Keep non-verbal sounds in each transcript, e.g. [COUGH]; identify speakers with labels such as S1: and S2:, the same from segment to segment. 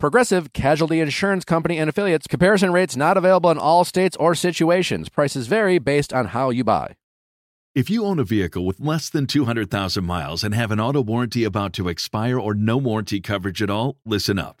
S1: Progressive Casualty Insurance Company and affiliates. Comparison rates not available in all states or situations. Prices vary based on how you buy.
S2: If you own a vehicle with less than 200,000 miles and have an auto warranty about to expire or no warranty coverage at all, listen up.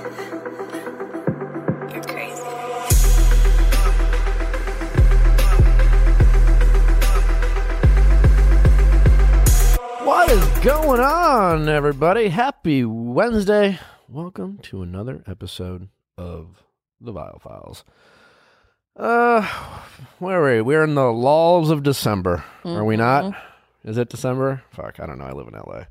S3: crazy.
S1: What is going on, everybody? Happy Wednesday. Welcome to another episode of The Vile Files. Uh, where are we? We're in the lulls of December, are we not? Is it December? Fuck, I don't know. I live in LA.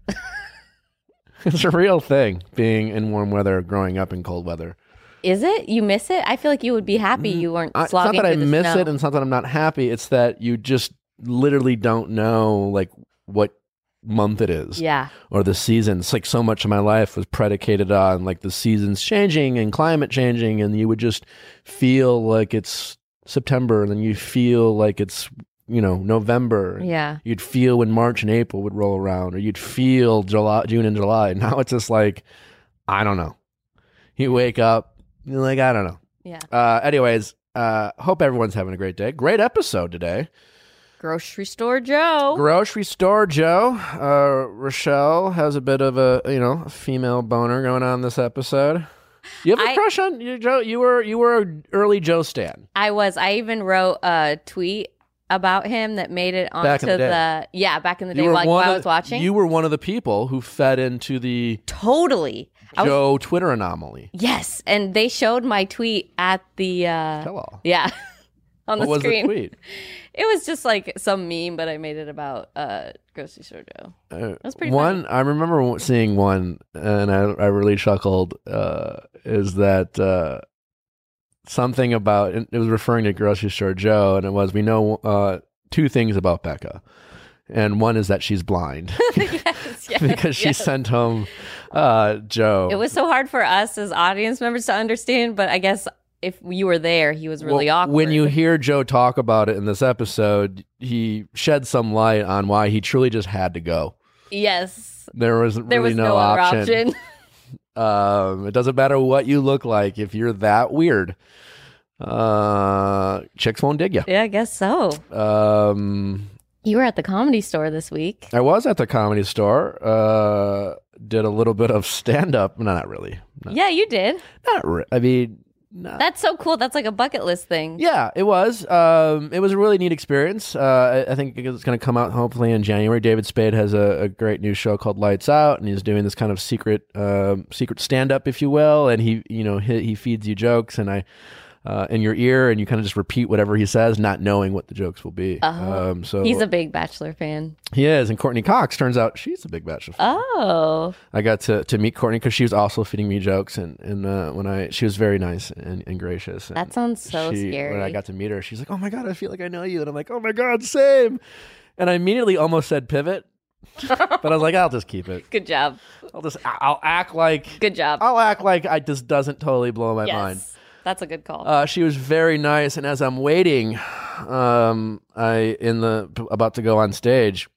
S1: [LAUGHS] it's a real thing being in warm weather, growing up in cold weather.
S4: Is it? You miss it? I feel like you would be happy you weren't
S1: Mm-hmm. I, it's not
S4: slogging
S1: that I
S4: through the
S1: miss
S4: snow.
S1: it and it's not that I'm not happy. It's that you just literally don't know like what month it is
S4: yeah,
S1: or the seasons. Like so much of my life was predicated on like the seasons changing and climate changing, and you would just feel like it's September, and then you feel like it's you know November. and
S4: yeah.
S1: You'd feel when March and April would roll around, or you'd feel July, June and July. [LAUGHS] Now it's just like I don't know. You wake up, you're like I don't know.
S4: Yeah.
S1: Uh, anyways, uh, hope everyone's having a great day. Great episode today.
S4: Grocery store Joe.
S1: Grocery store Joe. Uh, Rochelle has a bit of a you know a female boner going on this episode. You have a
S4: I-
S1: crush on you, Joe. You were you were an early Joe Stan.
S4: I was. I even wrote a tweet about him that made it onto
S1: Back in the day.
S4: yeah back in the
S1: you
S4: day
S1: were
S4: like, while I
S1: of-
S4: was watching.
S1: You were one of the people who fed into the
S4: totally. I was,
S1: Joe Twitter anomaly.
S4: yes, and they showed my tweet at the uh,
S1: Tell all.
S4: yeah [LAUGHS] on
S1: What
S4: the
S1: was
S4: screen.
S1: the
S4: [LAUGHS]
S1: tweet?
S4: It was just like some meme, but I made it about uh, grocery store Joe. [LAUGHS]
S1: Uh,
S4: That's pretty
S1: one I remember w- seeing one, and I I really chuckled. Uh, is that uh, something about? and It was referring to grocery store Joe, and it was we know uh, two things about Becca, and one is that she's
S4: [LAUGHS]
S1: blind [LAUGHS]
S4: yes, yes,
S1: because she
S4: yes.
S1: sent home uh, Joe.
S4: It was so hard for us as audience members to understand, but I guess if you were there, he was really
S1: Well,
S4: awkward.
S1: When you hear Joe talk about it in this episode, he shed some light on why he truly just had to go.
S4: yes,
S1: There was really
S4: there was no, other option. [LAUGHS]
S1: Um, it doesn't matter what you look like if you're that weird. Uh, chicks won't dig you.
S4: yeah, I guess so.
S1: Um,
S4: You were at the comedy store this week.
S1: I was at the comedy store. Uh, did a little bit of stand up. No, not really. Not,
S4: Yeah, you did.
S1: not re- I mean, not,
S4: That's so cool. That's like a bucket list thing.
S1: Yeah, it was. Um, it was a really neat experience. Uh, I I think it's going to come out hopefully in January. David Spade has a, a great new show called Lights Out, and he's doing this kind of secret, um, secret stand up, if you will. And he, you know, he, he feeds you jokes, and I. Uh, in your ear, and you kind of just repeat whatever he says, not knowing what the jokes will be.
S4: Oh.
S1: Um, so
S4: He's a big Bachelor fan.
S1: he is, and Courtney Cox turns out she's a big bachelor. fan.
S4: Oh,
S1: I got to, to meet Courtney because she was also feeding me jokes, and and uh, when I she was very nice and, and gracious. and-
S4: that sounds so
S1: she-
S4: scary.
S1: When I got to meet her, she's like, "Oh my god, I feel like I know you," and I'm like, "Oh my god, same." And I immediately almost said pivot, but I was like, "I'll just keep it.
S4: Good job.
S1: I'll just I'll act like
S4: Good job.
S1: I'll act like I just doesn't totally blow my
S4: yes,
S1: mind."
S4: that's a good call.
S1: Uh, she was very nice, and as I'm waiting, um, I in the about to go on stage.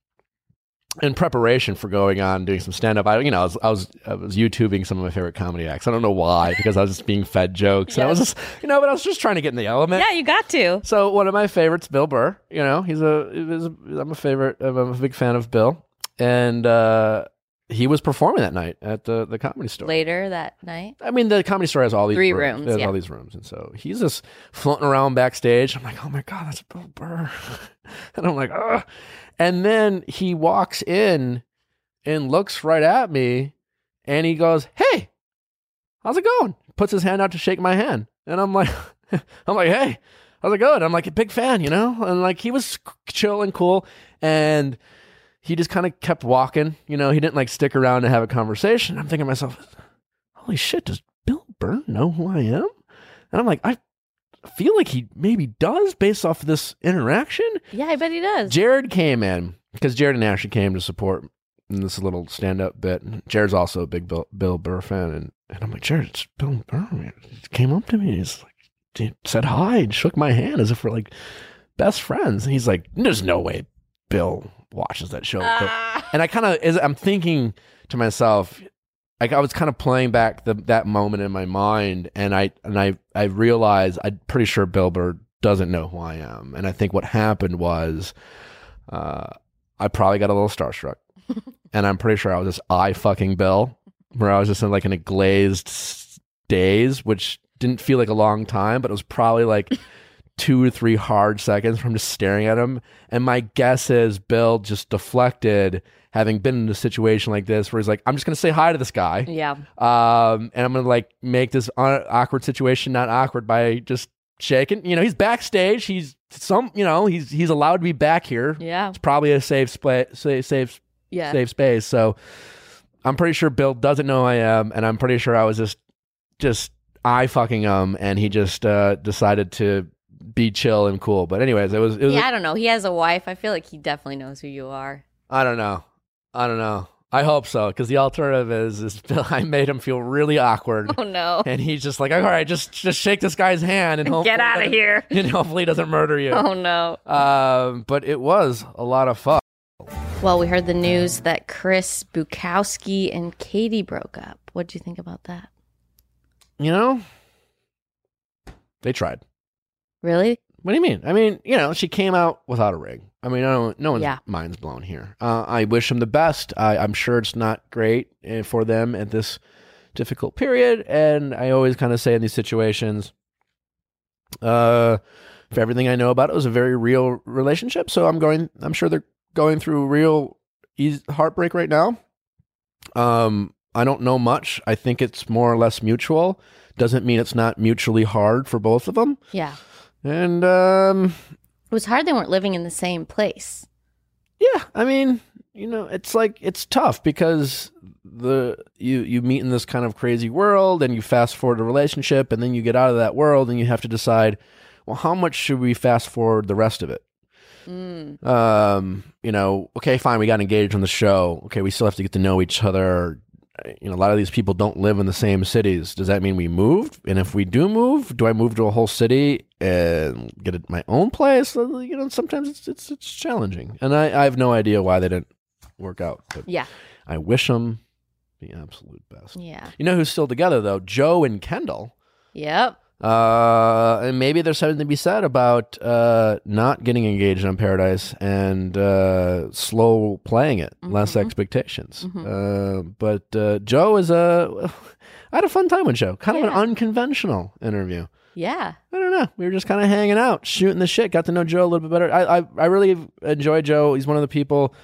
S1: In preparation for going on doing some stand up, I you know I was, I was I was YouTubing some of my favorite comedy acts. I don't know why because I was just being fed jokes. And I was just you know, but I was just trying to get in the element.
S4: yeah, you got to.
S1: So one of my favorites, Bill Burr. You know, he's a, he's a I'm a favorite. I'm a big fan of Bill, and uh, he was performing that night at the the comedy store.
S4: Later that night.
S1: I mean, the comedy store has all these
S4: Three
S1: rooms.
S4: rooms,
S1: It has
S4: yeah.
S1: all these rooms, and so he's just floating around backstage. I'm like, oh my god, that's Bill [LAUGHS] Burr, and I'm like, Ugh. and then he walks in, and looks right at me and he goes, Hey, how's it going? Puts his hand out to shake my hand. And I'm like, [LAUGHS] I'm like, Hey, how's it going? I'm like a big fan, you know? And like he was chill and cool. And he just kind of kept walking. You know, he didn't like stick around to have a conversation. I'm thinking to myself, Holy shit, does Bill Byrne know who I am? And I'm like, I feel like he maybe does based off of this interaction.
S4: Yeah, I bet he does.
S1: Jared came in because Jared and Ashley came to support in this little stand up bit. And Jared's also a big Bill, Bill Burr fan. And, and I'm like, Jared, it's Bill Burr, man. He came up to me and he's like, he said hi and shook my hand as if we're like best friends. And he's like, there's no way Bill watches that show.
S4: Ah.
S1: And I kind of, I'm thinking to myself, like I was kind of playing back the, that moment in my mind, and I and I I realized I'm pretty sure Bill Burr doesn't know who I am, and I think what happened was, uh, I probably got a little starstruck, and I'm pretty sure I was just I fucking Bill, where I was just in like in a glazed s- daze, which didn't feel like a long time, but it was probably like. Two or three hard seconds from just staring at him. And my guess is Bill just deflected, having been in a situation like this where he's like, I'm just going to say hi to this guy
S4: yeah.
S1: um, and I'm gonna like make this un- awkward situation not awkward by just shaking. You know, he's backstage. He's some. You know, he's he's allowed to be back here.
S4: Yeah.
S1: It's probably a safe spa- safe safe
S4: Yeah.
S1: safe space. So I'm pretty sure Bill doesn't know who I am, and I'm pretty sure I was just just I fucking um, and he just uh, decided to be chill and cool. But anyways, it was it was
S4: Yeah, I don't know. He has a wife. I feel like he definitely knows who you are.
S1: I don't know. I don't know. I hope so because the alternative is is [LAUGHS] Bill. I made him feel really
S4: [LAUGHS]
S1: awkward.
S4: Oh no.
S1: and he's just like, all right, just just shake this guy's hand and hopefully
S4: Get out of here.
S1: [LAUGHS] And hopefully he doesn't murder you.
S4: [LAUGHS] Oh no.
S1: Um, but it was a lot of fun.
S4: Well, we heard the news that Chris Bukowski and Katie broke up. What do you think about that?
S1: You know, they tried.
S4: Really?
S1: What do you mean? I mean, you know, she came out without a ring. I mean, I don't, no one's
S4: Yeah.
S1: mind's blown here. Uh, I wish them the best. I, I'm sure it's not great eh, for them at this difficult period. And I always kind of say in these situations, uh, for everything I know about it, it was a very real relationship. So I'm going, I'm sure they're going through real eas heartbreak right now. Um, I don't know much. I think it's more or less mutual. Doesn't mean it's not mutually hard for both of them.
S4: Yeah.
S1: And um,
S4: It was hard they weren't living in the same place.
S1: yeah, I mean, you know, it's like it's tough because the you you meet in this kind of crazy world, and you fast forward a relationship, and then you get out of that world, and you have to decide, well, how much should we fast forward the rest of it?
S4: Mm.
S1: um, you know, okay, fine, we got engaged on the show. Okay, we still have to get to know each other. You know, a lot of these people don't live in the same cities. Does that mean we moved? And if we do move, do I move to a whole city and get it my own place? Uh, You know, sometimes it's it's, it's challenging, and I, I have no idea why they didn't work out. But
S4: Yeah.
S1: I wish them the absolute best.
S4: Yeah.
S1: You know who's still together though? Joe and Kendall.
S4: Yep.
S1: Uh, and maybe there's something to be said about uh, not getting engaged on Paradise and uh, slow playing it, less
S4: Mhm.
S1: expectations.
S4: Mhm.
S1: Uh, but uh, Joe is a. [LAUGHS] I had a fun time with Joe. Kind of an
S4: Yeah.
S1: unconventional interview.
S4: Yeah.
S1: I don't know. We were just kind of hanging out, shooting the shit. Got to know Joe a little bit better. I, I, I really enjoy Joe. He's one of the people.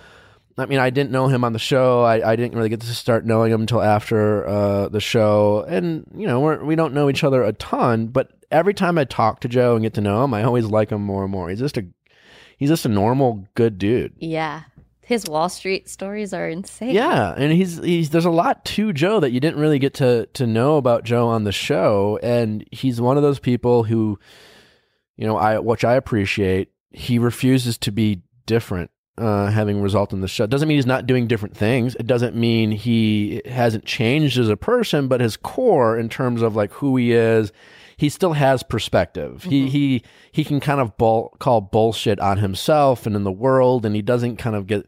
S1: I mean, I didn't know him on the show. I, I didn't really get to start knowing him until after uh, the show. And, you know, we're, we don't know each other a ton, but every time I talk to Joe and get to know him, I always like him more and more. He's just a he's just a normal good dude.
S4: Yeah. His Wall Street stories are insane.
S1: Yeah, and he's he's there's a lot to Joe that you didn't really get to to know about Joe on the show, and he's one of those people who, you know, I which I appreciate. He refuses to be different, uh, having result in the show. Doesn't mean he's not doing different things. It doesn't mean he hasn't changed as a person, but his core in terms of like who he is. He still has perspective. He
S4: Mhm.
S1: he he can kind of bull, call bullshit on himself and in the world, and he doesn't kind of get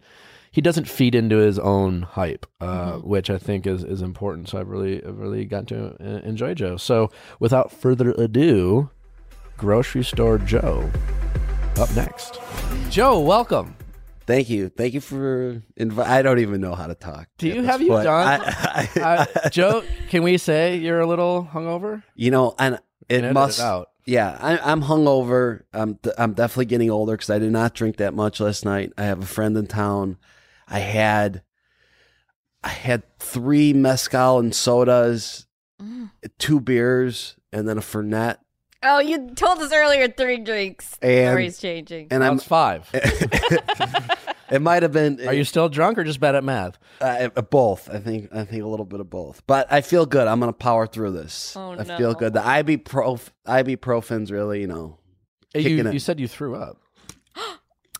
S1: he doesn't feed into his own hype, uh, which I think is, is important. So I've really I've really got to uh, enjoy Joe. So without further ado, grocery store Joe up next. Joe, welcome.
S3: Thank you. Thank you for invi- I don't even know how to talk.
S1: Do
S3: at
S1: you-
S3: this
S1: have you
S3: point.
S1: done-
S3: I- I- [LAUGHS]
S1: Uh,
S3: I-
S1: Joe, can we say you're a little hungover?
S3: you know, and
S1: Edit
S3: it
S1: it
S3: must.
S1: out.
S3: Yeah, I, I'm hungover. I'm d- I'm definitely getting older because I did not drink that much last night. I have a friend in town. I had had three mezcal and sodas,
S4: Mm.
S3: two beers, and then a fernet.
S4: Oh, you told us earlier three drinks.
S3: And-
S4: Story's changing.
S3: And I'm
S1: That's five.
S3: [LAUGHS] it might have been
S1: Are you still drunk or just bad at math?
S3: uh, uh, both. I think I think a little bit of both. But I feel good. I'm gonna power through this.
S4: Oh,
S3: I
S4: no.
S3: feel good. The ibuprof ibuprofen's really, you know. Kicking
S1: You,
S3: it.
S1: you said you threw up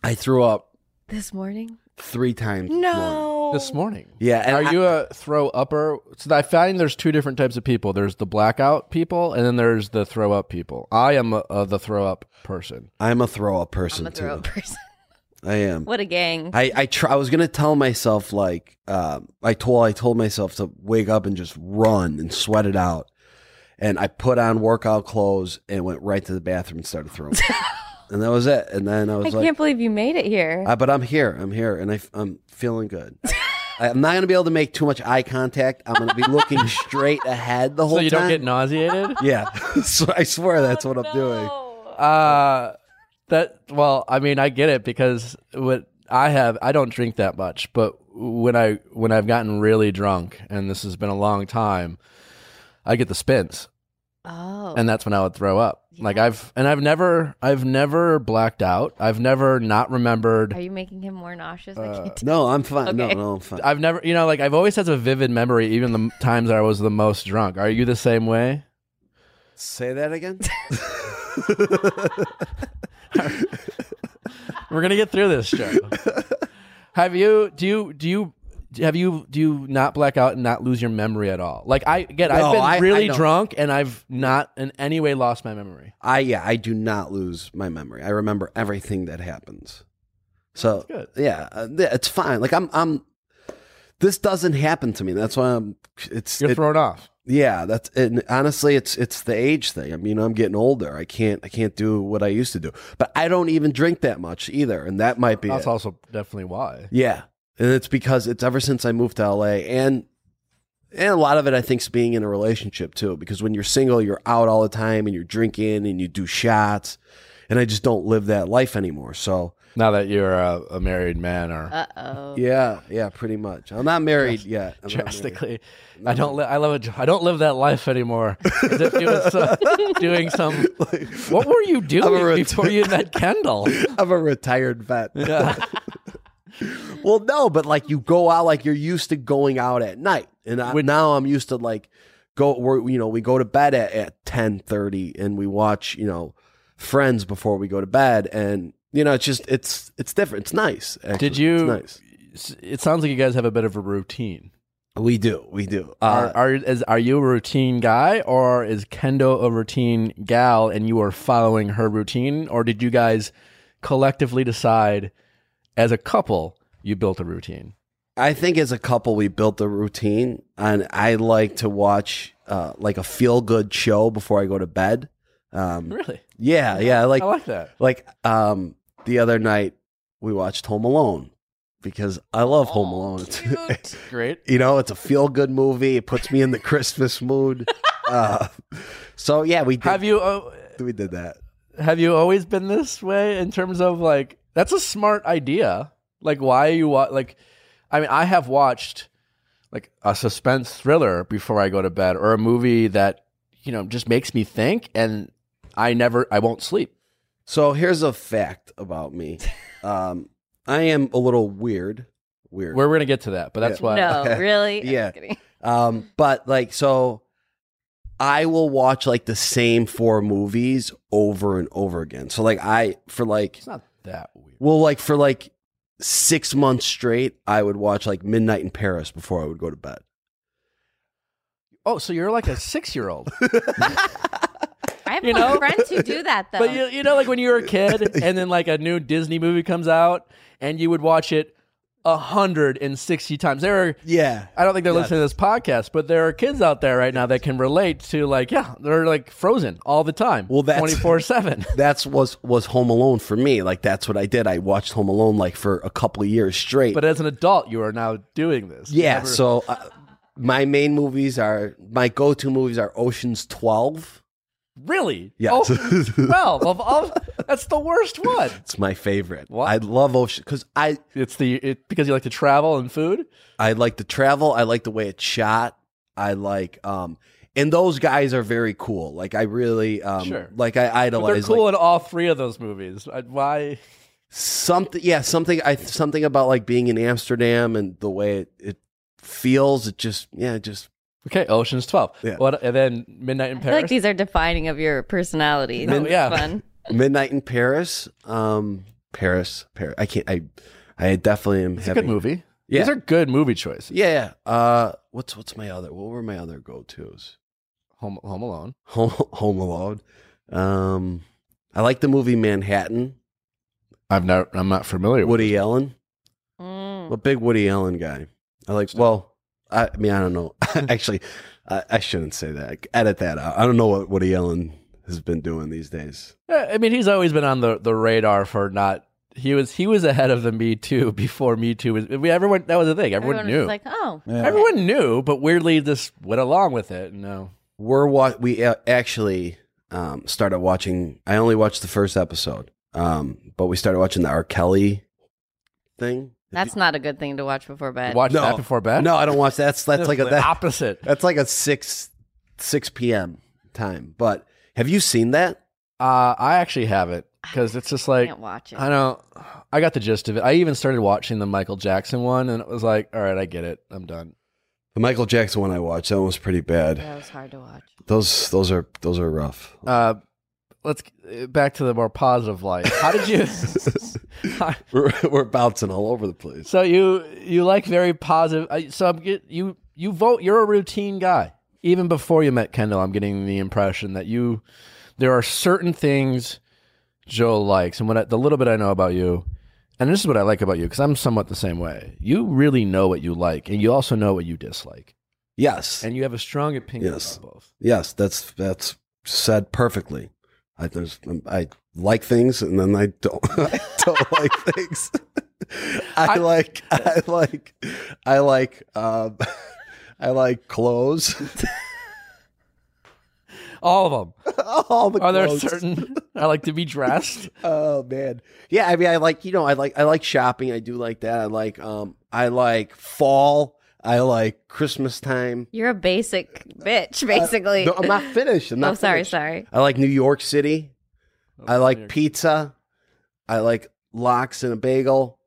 S3: I threw up
S4: this morning?
S3: three times. this morning.
S4: No.
S1: this morning.
S3: Yeah. And
S1: Are
S3: I-
S1: you a throw upper? So I find there's two different types of people. There's the blackout people, and then there's the throw up people. I am uh, the throw up person.
S3: I'm a throw up person
S4: I'm a throw
S3: too.
S4: person. [LAUGHS]
S3: I am.
S4: What a gang.
S3: I I try, I was gonna tell myself like um, I told I told myself to wake up and just run and sweat it out, and I put on workout clothes and went right to the bathroom and started throwing,
S4: [LAUGHS]
S3: and that was it. And then I
S4: I,
S3: was like,
S4: can't believe you made it here.
S3: uh, but I'm here, I'm here, and I, am feeling good. I, am not gonna be able to make too much eye contact. I'm gonna be
S1: [LAUGHS]
S3: looking straight ahead the whole
S1: So you
S3: time.
S1: don't get nauseated.
S3: yeah, [LAUGHS] so I swear that's what I'm doing.
S1: Uh that well, I mean, I get it because what I have, I don't drink that much, but when I when I've gotten really drunk, and this has been a long time, I get the spins,
S4: Oh.
S1: and that's when I would throw up. Like I've and I've never I've never blacked out. I've never not remembered. uh,
S4: Are you making him more nauseous? I
S3: Uh,
S4: can't tell.
S3: No, I'm fine. No,
S4: Okay.
S3: no, I'm fine.
S1: I've never, you know, like I've always had a vivid memory, even the times I was the most drunk. Are you the same way?
S3: Say that again.
S1: [LAUGHS] We're gonna get through this show. [LAUGHS] have you? Do you? Do you? Have you? Do you not black out and not lose your memory at all? Like I again,
S3: No,
S1: I've been
S3: I- I
S1: really
S3: don't.
S1: drunk and I've not in any way lost my memory.
S3: I yeah, I do not lose my memory. I remember everything that happens. So
S1: good.
S3: yeah, uh, yeah, it's fine. Like I'm I'm this doesn't happen to me. That's why I'm it's
S1: You're
S3: it-
S1: thrown off.
S3: yeah, that's and honestly it's it's the age thing. I mean, I'm getting older. I can't I can't do what I used to do. But I don't even drink that much either, and that might be
S1: That's
S3: it.
S1: also definitely why.
S3: Yeah. And it's because it's ever since I moved to LA and and a lot of it I think's being in a relationship too because when you're single you're out all the time and you're drinking and you do shots and I just don't live that life anymore. So,
S1: Now that you're a, a married man, or
S4: Uh oh.
S3: yeah, yeah, pretty much. I'm not married yet. I'm not married.
S1: drastically, I don't. Li- I love. A, I don't live that life anymore. As if you was [LAUGHS] uh, doing some. What were you doing
S3: ret-
S1: before you [LAUGHS] met Kendall?
S3: [LAUGHS] I'm a retired vet.
S1: Yeah.
S3: [LAUGHS] Well, no, but like you go out like you're used to going out at night, and I,
S1: Would-
S3: now I'm used to like go. We're, you know, we go to bed at at ten thirty, and we watch you know Friends before we go to bed, and you know it's just it's it's different. It's nice. actually.
S1: Did you?
S3: It's nice.
S1: It sounds like you guys have a bit of a routine.
S3: We do. We do. Uh,
S1: are are is, are you a routine guy or is Kendo a routine gal and you are following her routine or did you guys collectively decide as a couple you built a routine?
S3: I think as a couple we built a routine, and I like to watch uh, like a feel good show before I go to bed. Um,
S1: Really,
S3: yeah, yeah. I like
S1: I like that.
S3: Like um the other night we watched Home Alone because I love
S1: Oh,
S3: Home Alone. It's, [LAUGHS]
S4: Cute.
S1: Great.
S3: you know, it's a feel good movie. It puts me in the
S1: [LAUGHS]
S3: Christmas mood. Uh, so yeah, we did,
S1: Have you uh,
S3: we did that.
S1: have you always been this way in terms of like that's a smart idea. Like why you wa- like I mean I have watched like a suspense thriller before I go to bed or a movie that you know just makes me think and I never I won't sleep.
S3: So here's a fact about me. Um I am a little weird. Weird.
S1: We're, we're gonna get to that, but that's
S4: No,
S1: why.
S4: really?
S3: [LAUGHS] Yeah.
S4: I'm just kidding.
S3: Um, but like, so I will watch like the same four movies over and over again. So like, I for like
S1: It's not that weird.
S3: Well, like for like six months straight, I would watch like Midnight in Paris before I would go to bed.
S1: Oh, so you're like a six year old,
S4: I have
S1: You
S4: you
S1: know?
S4: friends
S1: [LAUGHS]
S4: who do that though.
S1: but you you know like when you were a kid, and then like a new Disney movie comes out, and you would watch it hundred and sixty times. There are
S3: Yeah.
S1: I don't think they're listening to this podcast, but there are kids out there right now that can relate to like yeah, they're like frozen all the time.
S3: Well, that's-
S1: twenty four seven. [LAUGHS]
S3: That's was was Home Alone for me. Like that's what I did. I watched Home Alone like for a couple of years straight.
S1: But as an adult, you are now doing this.
S3: yeah,
S1: Never-
S3: so uh, my main movies are my go-to movies are Ocean's 12
S1: Really?
S3: Yeah.
S1: Oh,
S3: [LAUGHS]
S1: 12 of all. That's the worst one.
S3: It's my favorite.
S1: What?
S3: I love ocean because I
S1: It's the it, because you like to travel and food.
S3: I like to travel. I like the way it's shot. I like um and those guys are very cool. Like I really um
S1: Sure.
S3: like I
S1: But they're
S3: idolize
S1: cool
S3: like,
S1: in all three of those movies. I- Why?
S3: something yeah, something I something about like being in Amsterdam and the way it, it feels, it just yeah, it just
S1: Okay, Ocean's Twelve.
S3: Yeah.
S1: What? And then Midnight in
S4: I feel like
S1: Paris.
S4: these are defining of your personality.
S1: No,
S4: That's
S1: yeah.
S3: [LAUGHS]
S4: fun.
S3: Midnight in Paris. Um Paris. Paris. I can't I I definitely am
S1: it's a
S3: having
S1: good movie.
S3: Yeah.
S1: These are good movie choices.
S3: Yeah, yeah. Uh what's what's my other what were my other go tos?
S1: Home, Home Alone.
S3: [LAUGHS] Home Home Alone. Um I like the movie Manhattan.
S1: I've not. I'm not familiar. with
S3: Woody Allen. I'm
S4: Mm.
S3: a big Woody Allen guy. I like. Well, I, I mean, I don't know. [LAUGHS]
S1: Hmm.
S3: Actually, I, I shouldn't say that. Edit that out. I don't know what Woody Allen has been doing these days.
S1: Yeah, I mean, he's always been on the, the radar for not. He was he was ahead of the Me Too [LAUGHS] before Me Too was. We everyone that was the thing. Everyone,
S4: was
S1: knew.
S4: like, oh,
S1: Everyone knew, but weirdly, this went along with it. No,
S3: We're wa- we a- actually um, started watching. I only watched the first episode, um, but we started watching the R. Kelly thing.
S4: that's not a good thing to watch before bed.
S1: watch
S3: No.
S1: that before bed.
S3: no, I don't watch that. That's that's like a
S1: the
S3: that,
S1: opposite.
S3: that's like a six six p.m. time. But have you seen that?
S1: Uh, I actually haven't because it's just like
S4: Can't watch it.
S1: I don't. I got the gist of it. I even started watching the Michael Jackson one, and it was like, all right, I get it. I'm done.
S3: The Michael Jackson one I watched. That one was pretty bad.
S4: That was hard to watch.
S3: [LAUGHS] Those those are those are rough.
S1: Uh, let's uh, back to the more positive light. How did
S3: [LAUGHS]
S1: you?
S3: [LAUGHS]
S1: [LAUGHS]
S3: We're, we're bouncing all over the place.
S1: so you you like very positive. I- So I'm get you you vote. You're a routine guy. Even before you met Kendall, I'm getting the impression that you there are certain things Joe likes, and what I, the little bit I know about you, and this is what I like about you because I'm somewhat the same way. You really know what you like, and you also know what you dislike,
S3: Yes,
S1: and you have a strong opinion
S3: Yes.
S1: about both.
S3: yes, that's that's said perfectly. I there's I like things and then I don't [LAUGHS] I don't like things. [LAUGHS] I,
S1: I-
S3: like I like I like um, [LAUGHS] I like clothes. [LAUGHS]
S1: All of them.
S3: all the
S1: Are there
S3: clothes.
S1: certain? I like to be dressed.
S3: Oh man, yeah. I mean, I like you know, I like I like shopping. I do like that. I like um, I like fall. I like Christmas time.
S4: You're a basic bitch, basically.
S3: Uh, No,
S4: [LAUGHS]
S3: I'm not finished. I'm not
S4: oh, sorry,
S3: finished.
S4: sorry.
S3: I like New York City. [LAUGHS]
S1: Oh,
S3: I like
S1: You're-
S3: pizza. I like lox and a bagel.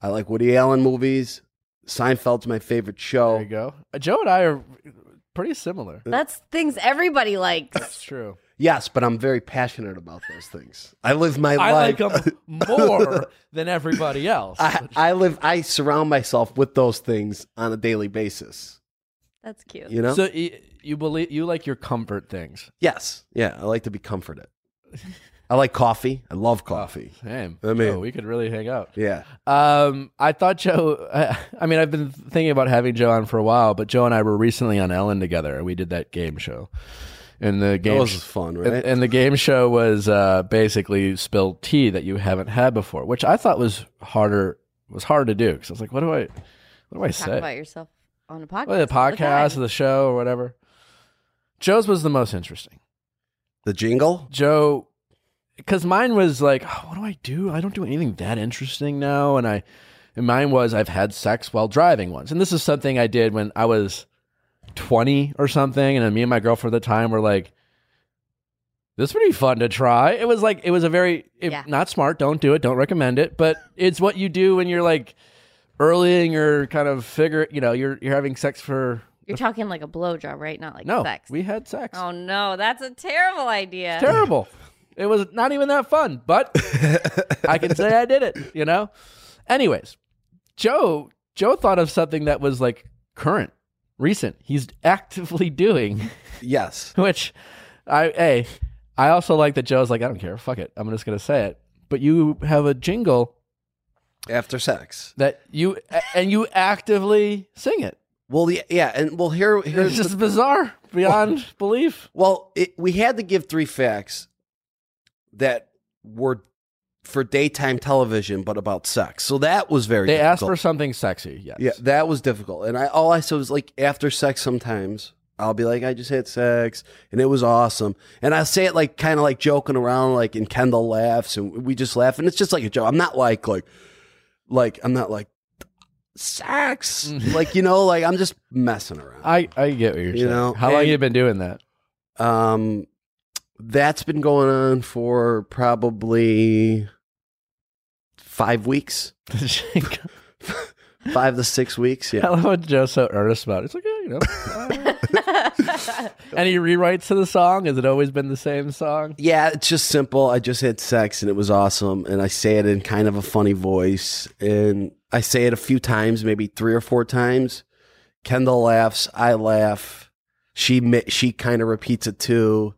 S3: I like Woody Allen movies. Seinfeld's my favorite
S1: There
S3: show.
S1: you go. Uh, Joe and I are pretty
S3: Uh,
S1: similar.
S4: That's things everybody
S3: [LAUGHS]
S1: It's
S4: likes.
S1: true.
S3: Yes, but I'm very passionate about those things. I live my
S1: [LAUGHS] I like
S3: life. [LAUGHS]
S1: them more than everybody else.
S3: I, I live. I surround myself with those things on a daily basis.
S4: That's cute.
S3: You know.
S1: So you, you believe you like your comfort things.
S3: yes. Yeah. I like to be comforted. I like coffee. I love coffee.
S1: Damn,
S3: I mean-
S1: Joe, we could really hang out.
S3: Yeah.
S1: Um, I thought Joe. [LAUGHS] I, I mean, I've been thinking about having Joe on for a while, but Joe and I were recently on Ellen together, and we did that game show. And the game
S3: That was fun, right?
S1: And, and the game show was uh, basically spilled tea that you haven't had before, which I thought was harder was hard to do because I was like, what do I, what do I
S4: Talk
S1: say?
S4: about yourself on a podcast.
S1: Well, the
S4: all the
S1: podcast or
S4: time.
S1: the show or whatever. Joe's was the most interesting. [LAUGHS]
S3: the jingle.
S1: Joe, because mine was like, "Oh, what do I do? I don't do anything that interesting now. And I, and mine was I've had sex while driving once, and this is something I did when I was twenty or something, and then me and my girlfriend at the time were like. This would be fun to try. It was like it was a very it,
S4: Yeah.
S1: not smart. Don't do it. Don't recommend it. But it's what you do when you're like early and you're kind of figure. You know, you're you're having sex for
S4: You're talking like a blowjob, right? Not like
S1: no.
S4: sex.
S1: We had sex.
S4: oh no, that's a terrible idea.
S1: terrible. It was not even that fun, but I can say I did it, you know? Anyways, Joe Joe thought of something that was like current, recent. He's actively doing, [LAUGHS]
S3: Yes.
S1: which I a I also like that Joe's like, I don't care, fuck it. I'm just gonna say it. But you have a jingle
S3: After sex.
S1: that you and you actively sing it.
S3: Well, yeah, yeah, and well, here,
S1: It's
S3: here's the
S1: just bizarre beyond belief.
S3: Well, it, we had to give three facts that were for daytime television, but about sex. So that was very.
S1: They asked
S3: difficult.
S1: for something sexy, yes.
S3: Yeah, that was difficult, and I all I said was like after sex sometimes. I'll be like, I just had sex and it was awesome. And I say it like kind of like joking around, like, and Kendall laughs and we just laugh. And it's just like a joke. I'm not like, like, like, I'm not like, sex. like, you know, like I'm just messing around.
S1: Mm. I, I get what you're
S3: You
S1: saying.
S3: know,
S1: How long
S3: and-
S1: you been doing that?
S3: Um, that's been going on for probably five weeks,
S1: [LAUGHS]
S3: five to six weeks.
S1: I
S3: Yeah.
S1: love what Joe's so earnest about. it. It's like, yeah, you
S3: [LAUGHS]
S1: know. Any rewrites to the song? Has it always been the same song?
S3: Yeah, it's just simple. I just had sex and it was awesome. And I say it in kind of a funny voice. And I say it a few times, maybe three or four times. Kendall laughs. I laugh. She mi- she kind of repeats it too.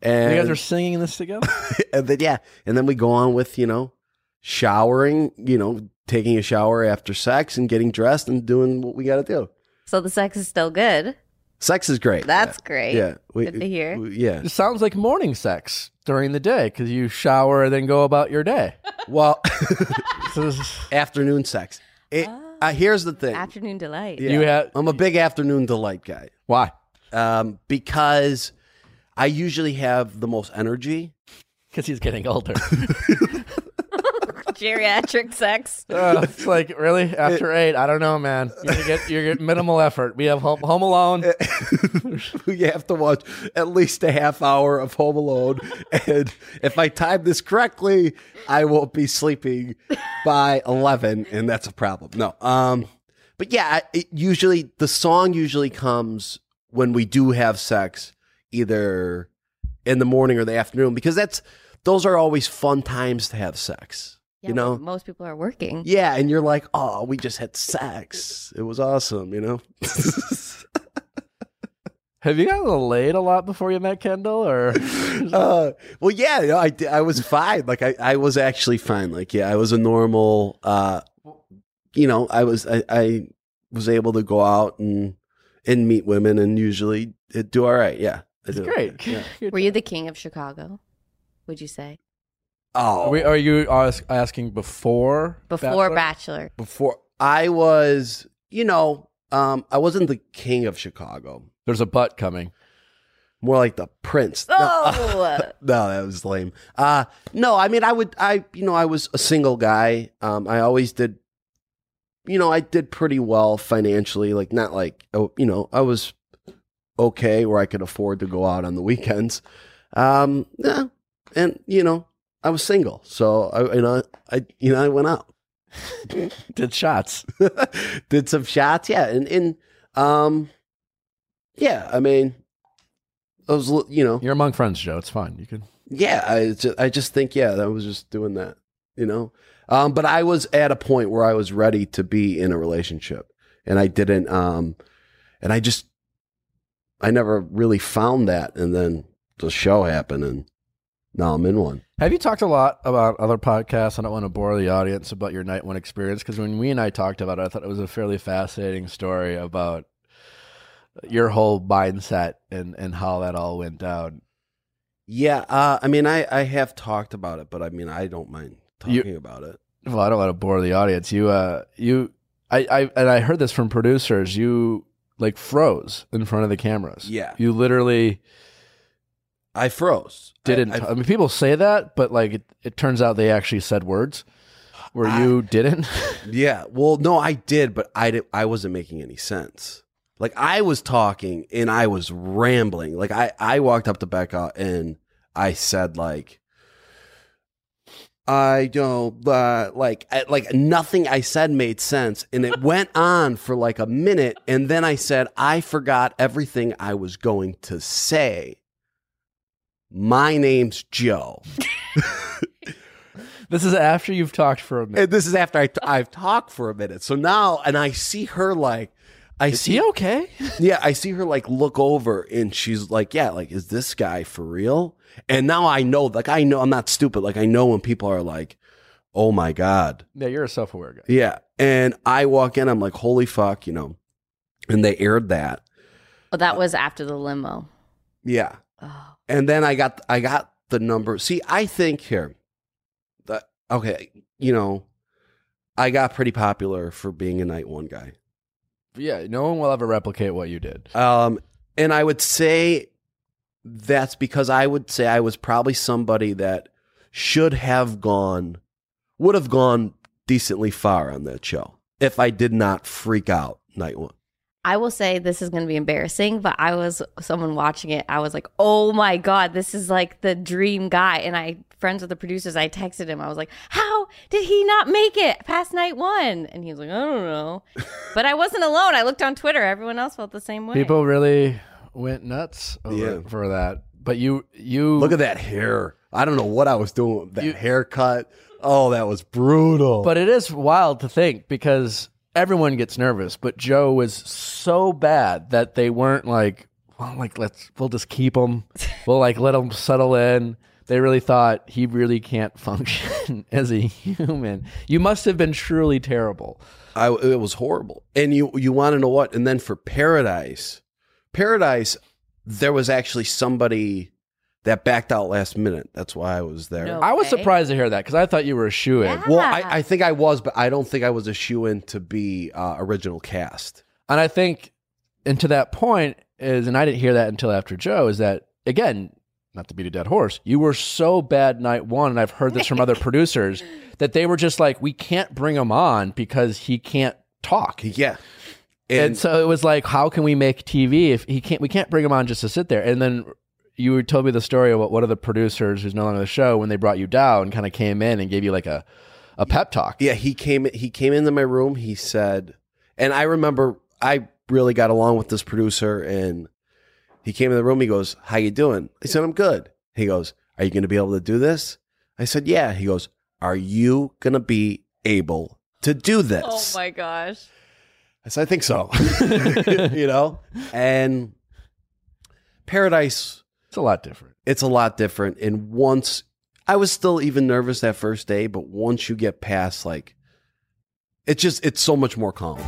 S3: And
S1: you guys are singing this together?
S3: and then yeah, and then we go on with you know showering, you know taking a shower after sex and getting dressed and doing what we got to do.
S4: [LAUGHS] so the sex is still good.
S3: Sex is great.
S4: That's
S3: yeah.
S4: great.
S3: yeah. We,
S4: Good to hear.
S3: we- yeah.
S1: It sounds like morning sex during the day because you shower and then go about your day.
S3: Well, [LAUGHS]
S1: This is-
S3: afternoon sex. It,
S4: Ah.
S3: uh, here's the thing.
S4: Afternoon delight.
S3: Yeah. Um,
S1: You had
S3: I'm a big afternoon delight guy
S1: why?
S3: um, because I usually have the most energy.
S1: Because he's getting
S3: [LAUGHS]
S1: older.
S4: [LAUGHS] Geriatric
S3: [LAUGHS]
S4: sex.
S1: Uh, it's like really after eight. I don't know, man. You get you get minimal effort. We have home, home
S3: [LAUGHS]
S1: alone.
S3: you have to watch at least a half hour of Home Alone. [LAUGHS] And if I time this correctly, I won't be sleeping by 11, and that's a problem. No. Um, but yeah, I- it usually the song usually comes when we do have sex, either in the morning or the afternoon, because that's those are always fun times to have sex.
S4: Yeah,
S3: you know,
S4: but most people are working.
S3: yeah, and you're like, oh, we just had sex. It was awesome, you know? [LAUGHS]
S1: Have you gotten laid a lot before you met Kendall? Or
S3: [LAUGHS] uh, well, yeah, you know, I, di- I was fine. Like, I, I was actually fine. Like, yeah, I was a normal, uh, you know, I was, I, I was able to go out and, and meet women and usually it do all right. Yeah. I
S1: it's
S3: do.
S1: great. [LAUGHS]
S3: Yeah.
S4: Were you the king of Chicago? Would you say
S1: Are,
S3: Oh,
S1: we, are you ask, asking before
S4: before
S1: Bachelor?
S4: Bachelor?
S3: before I was, you know, um, I wasn't the king of Chicago,
S1: There's a butt coming.
S3: more like the prince. No. [LAUGHS]
S4: Oh,
S3: No, that was lame. Uh no, I mean I would I you know, I was a single guy. Um I always did you know, I did pretty well financially, like not like oh, you know, I was okay where I could afford to go out on the weekends. Um yeah, and you know, I was single. So I you know, I you know, I went out. [LAUGHS]
S1: Did shots.
S3: did some shots, yeah, and and um yeah, I mean I was li- you know,
S1: You're among friends, Joe. It's fine. You can.
S3: yeah I just, I just think yeah i was just doing that you know um, but i was at a point where i was ready to be in a relationship and i didn't um and i just i never really found that and then the show happened and now i'm in one
S1: Have you talked a lot about other podcasts? I don't want to bore the audience about your night one experience because when we and I talked about it, I thought it was a fairly fascinating story about your whole mindset and and how that all went down.
S3: yeah uh, i mean i i have talked about it but i mean i don't mind
S1: You-
S3: talking about it
S1: Well, I don't want to bore the audience. You uh you I I and I heard this from producers. You like froze in front of the cameras.
S3: Yeah.
S1: you literally
S3: i froze
S1: didn't.
S3: I-
S1: I,
S3: I-
S1: mean, people say that, but like it, it turns out they actually said words where
S3: I-
S1: you didn't.
S3: Yeah. Well, no, I did, but I did, I wasn't making any sense. Like I was talking and I was rambling. Like I I walked up to Becca and I said like I don't uh, like I, like nothing I said made sense and it went on for like a minute and then I said I forgot everything I was going to say. My name's Joe.
S1: this is after you've talked for a minute.
S3: And this is after I t- I've talked for a minute. So now, and I see her like, I
S1: Is
S3: see,
S1: he okay?
S3: yeah, I see her like look over, and she's like, yeah, like is this guy for real? And now I know, like I know, I'm not stupid. Like I know when people are like, oh my god,
S1: Yeah, you're a self-aware guy.
S3: yeah. And I walk in, I'm like, holy fuck, you know. And they aired that,
S4: well, Oh, that was after the limo.
S3: yeah.
S4: Oh,
S3: and then I got I got the number. See, I think here, that okay, you know, I got pretty popular for being a night one guy.
S1: Yeah, no one will ever replicate what you did.
S3: Um, And I would say that's because I would say I was probably somebody that should have gone, would have gone decently far on that show if I did not freak out night one.
S4: I will say this is going to be embarrassing, but I was someone watching it. I was like, "Oh my god, this is like the dream guy." And I friends with the producers. I texted him. I was like, "How did he not make it past night one?" And he was like, "I don't know." but I wasn't alone. I looked on Twitter. Everyone else felt the same way.
S1: People really went nuts over,
S3: Yeah.
S1: for that. But you, you
S3: Look at that hair. I don't know what I was doing with that
S1: You-
S3: haircut. Oh, that was brutal.
S1: But it is wild to think because everyone gets nervous, but Joe was so bad that they weren't like, well, like let's we'll just keep him. We'll like let him settle in. They really thought he really can't [LAUGHS] function as a human. You must have been truly terrible.
S3: I, it was horrible. And you you want to know what? And then for Paradise, Paradise, there was actually somebody that backed out last minute. That's why I was there.
S4: No.
S1: I was
S4: Okay.
S1: surprised to hear that because I thought you were a shoe in.
S4: Yeah.
S3: Well, I, I think I was, but I don't think I was a shoe in to be uh, original cast.
S1: And I think, and to that point is, and I didn't hear that until after Joe, is that again, not to beat a dead horse, you were so bad night one, and I've heard this from other producers that they were just like, we can't bring him on because he can't talk.
S3: Yeah.
S1: and,
S3: And,
S1: so it was like, how can we make TV if he can't? We can't bring him on just to sit there. And then you told me the story about one of the producers who's no longer on the show when they brought you down, kind of came in and gave you like a a pep talk.
S3: yeah, he came he came into my room, he said, and I remember I really got along with this producer and he came in the room, he goes, "How you doing?" I said, "I'm good." He goes, "Are you going to be able to do this?" I said, "Yeah." He goes, "Are you going to be able to do this?"
S4: oh my gosh.
S3: I said, I think so. [LAUGHS] you know? And Paradise
S1: It's a lot different.
S3: it's a lot different. And once I was still even nervous that first day, but once you get past like it's just it's so much more calm.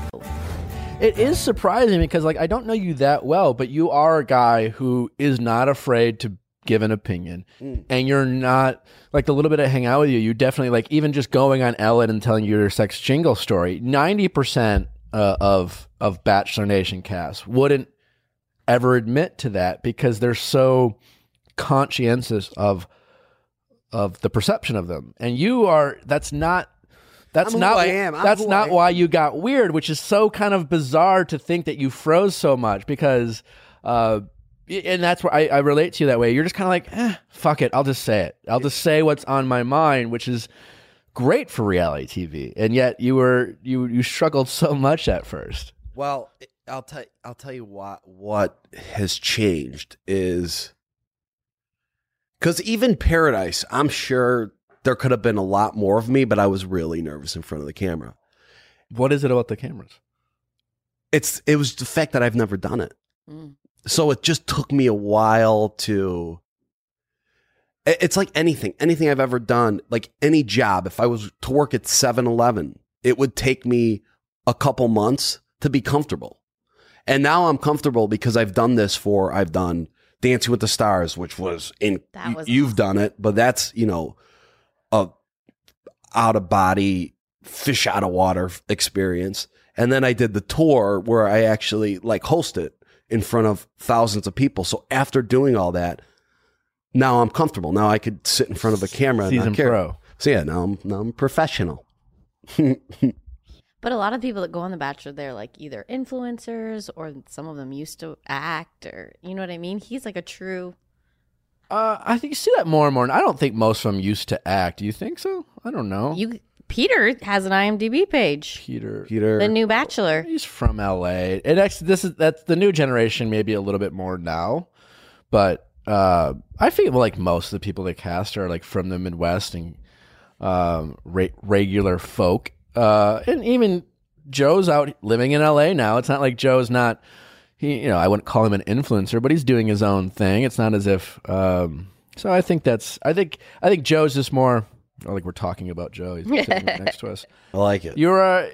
S1: It is surprising because like I don't know you that well, but you are a guy who is not afraid to give an opinion.
S3: Mm.
S1: And you're not like the little bit I hang out with you, you definitely like even just going on Ellen and telling your sex jingle story, 90% uh, of of Bachelor Nation cast wouldn't ever admit to that because they're so conscientious of of the perception of them. And you are that's not that's
S3: I'm who
S1: not
S3: I am. I'm
S1: that's
S3: who
S1: not
S3: I am.
S1: why you got weird, which is so kind of bizarre to think that you froze so much because uh y- and that's where I, I relate to you that way. You're just kind of like, eh, fuck it. I'll just say it. I'll just say what's on my mind, which is great for reality TV. And yet you were you you struggled so much at first.
S3: Well, it- I'll tell I'll tell you what what has changed is because even Paradise, I'm sure there could have been a lot more of me, but I was really nervous in front of the camera.
S1: What is it about the cameras?
S3: It's it was the fact that I've never done it.
S4: Mm.
S3: so it just took me a while to I- it's like anything anything i've ever done like any job if i was to work at 7-eleven it would take me a couple months to be comfortable and now i'm comfortable because i've done this for i've done dancing with the stars which was in
S4: That was
S3: you've done it but that's you know a out of body fish out of water experience and then i did the tour where i actually like hosted in front of thousands of people. So after doing all that, now I'm comfortable. Now I could sit in front of a camera and
S1: Season
S3: not care.
S1: pro.
S3: So yeah, now I'm now I'm professional.
S4: But a lot of people that go on The Bachelor, they're like either influencers or some of them used to act or, you know what I mean? He's like a true.
S1: Uh, I think you see that more and more. And I don't think most of them used to act. Do you think so? I don't know.
S4: You Peter has an IMDb page.
S1: Peter.
S3: Peter,
S4: The new Bachelor.
S1: He's from LA. It actually this is that's the new generation maybe a little bit more now, but uh, I feel like most of the people they cast are like from the Midwest and um, re- regular folk, uh, and even Joe's out living in LA now. It's not like Joe's not he you know I wouldn't call him an influencer, but he's doing his own thing. It's not as if um, so. I think that's I think I think Joe's just more. I think we're talking about Joe. He's sitting next to us.
S3: I like it.
S1: You're a,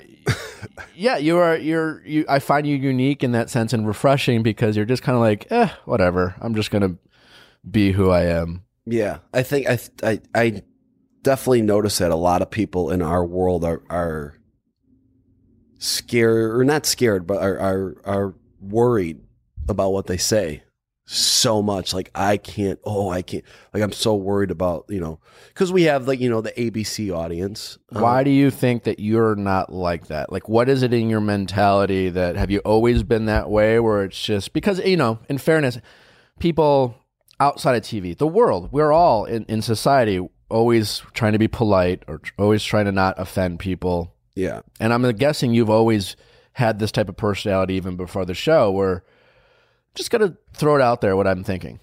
S1: yeah, you are. You're. You. I find you unique in that sense and refreshing because you're just kind of like, eh, whatever. I'm just gonna be who I am.
S3: yeah, I think I, I I definitely notice that a lot of people in our world are are scared or not scared, but are are, are worried about what they say so much. Like I can't. Oh, I can't. Like I'm so worried about you know because we have like you know the ABC audience. Um,
S1: Why do you think that you're not like that? Like, what is it in your mentality that have you always been that way? Where it's just because you know, in fairness, people outside of TV, the world, we're all in in society always trying to be polite or tr- always trying to not offend people.
S3: yeah.
S1: And I'm guessing you've always had this type of personality even before the show, where just gotta throw it out there what I'm thinking.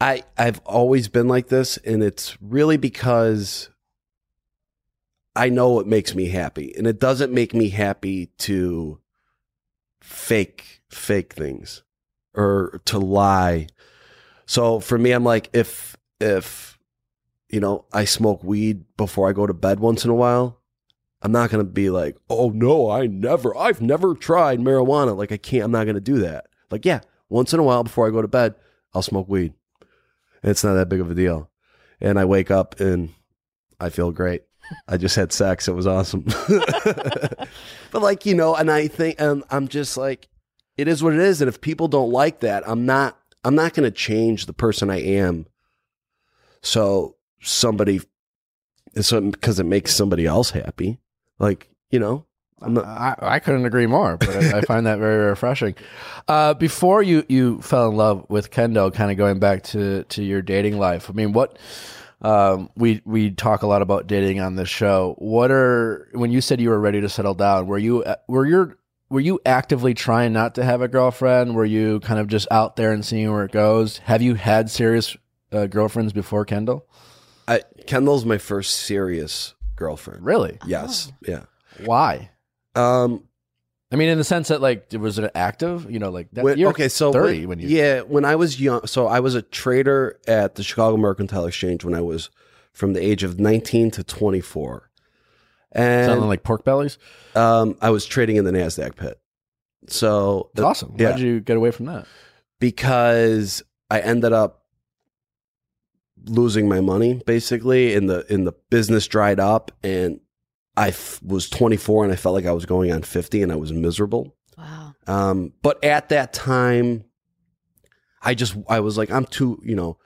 S3: I I've always been like this, and it's really because I know it makes me happy, and it doesn't make me happy to fake fake things or to lie. So for me, I'm like if if you know I smoke weed before I go to bed once in a while. I'm not going to be like, oh no, I never, I've never tried marijuana. Like, I can't, I'm not going to do that. Like, yeah, once in a while before I go to bed, I'll smoke weed it's not that big of a deal. And I wake up and I feel great. I just had sex. It was awesome. [LAUGHS] but like, you know, and I think and I'm just like it is what it is and if people don't like that, I'm not I'm not going to change the person I am. So somebody so because it makes somebody else happy. Like, you know, I'm not
S1: I, I couldn't agree more, but I, I find that very refreshing. Uh, before you, you fell in love with Kendall, kind of going back to, to your dating life. I mean, what um, we we talk a lot about dating on this show. What are when you said you were ready to settle down? Were you uh, were your were you actively trying not to have a girlfriend? Were you kind of just out there and seeing where it goes? Have you had serious uh, girlfriends before Kendall?
S3: I Kendall's my first serious girlfriend.
S1: Really?
S3: Yes. Yeah.
S1: Why?
S3: Um
S1: I mean, in the sense that like, was it active? You know, like that,
S3: When-
S1: you're
S3: okay, so
S1: thirty when
S3: when-
S1: you
S3: yeah, when I was young, so I was a trader at the Chicago Mercantile Exchange when I was from the age of nineteen to twenty four, and
S1: sounding like pork bellies.
S3: um, I was trading in the Nasdaq pit. So
S1: It's awesome.
S3: yeah.
S1: How'd you get away from that?
S3: because I ended up losing my money basically in the in the business dried up and I f- was 24 and I felt like I was going on 50 and I was miserable.
S4: Wow.
S3: Um, but at that time, I just I was like, I'm too, you know,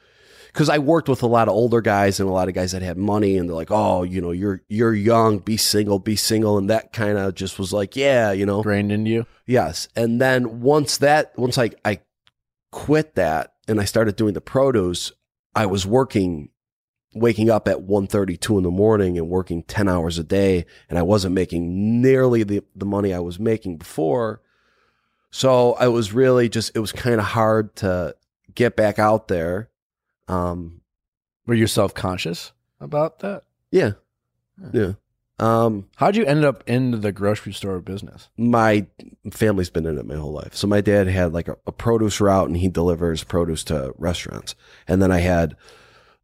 S3: because I worked with a lot of older guys and a lot of guys that had money, and they're like, oh, you know, you're you're young, be single, be single, and that kind of just was like, yeah, you know,
S1: Grained into you?
S3: yes. And then once that, once I I quit that and I started doing the produce, I was working waking up at 1.32 in the morning and working 10 hours a day and i wasn't making nearly the, the money i was making before so I was really just it was kind of hard to get back out there. Um
S1: Were you self conscious about that?
S3: yeah.
S1: Hmm.
S3: Yeah. Um
S1: How'd you end up into the grocery store business?
S3: my family's been in it my whole life. So my dad had like a, a produce route and he delivers produce to restaurants. And then I had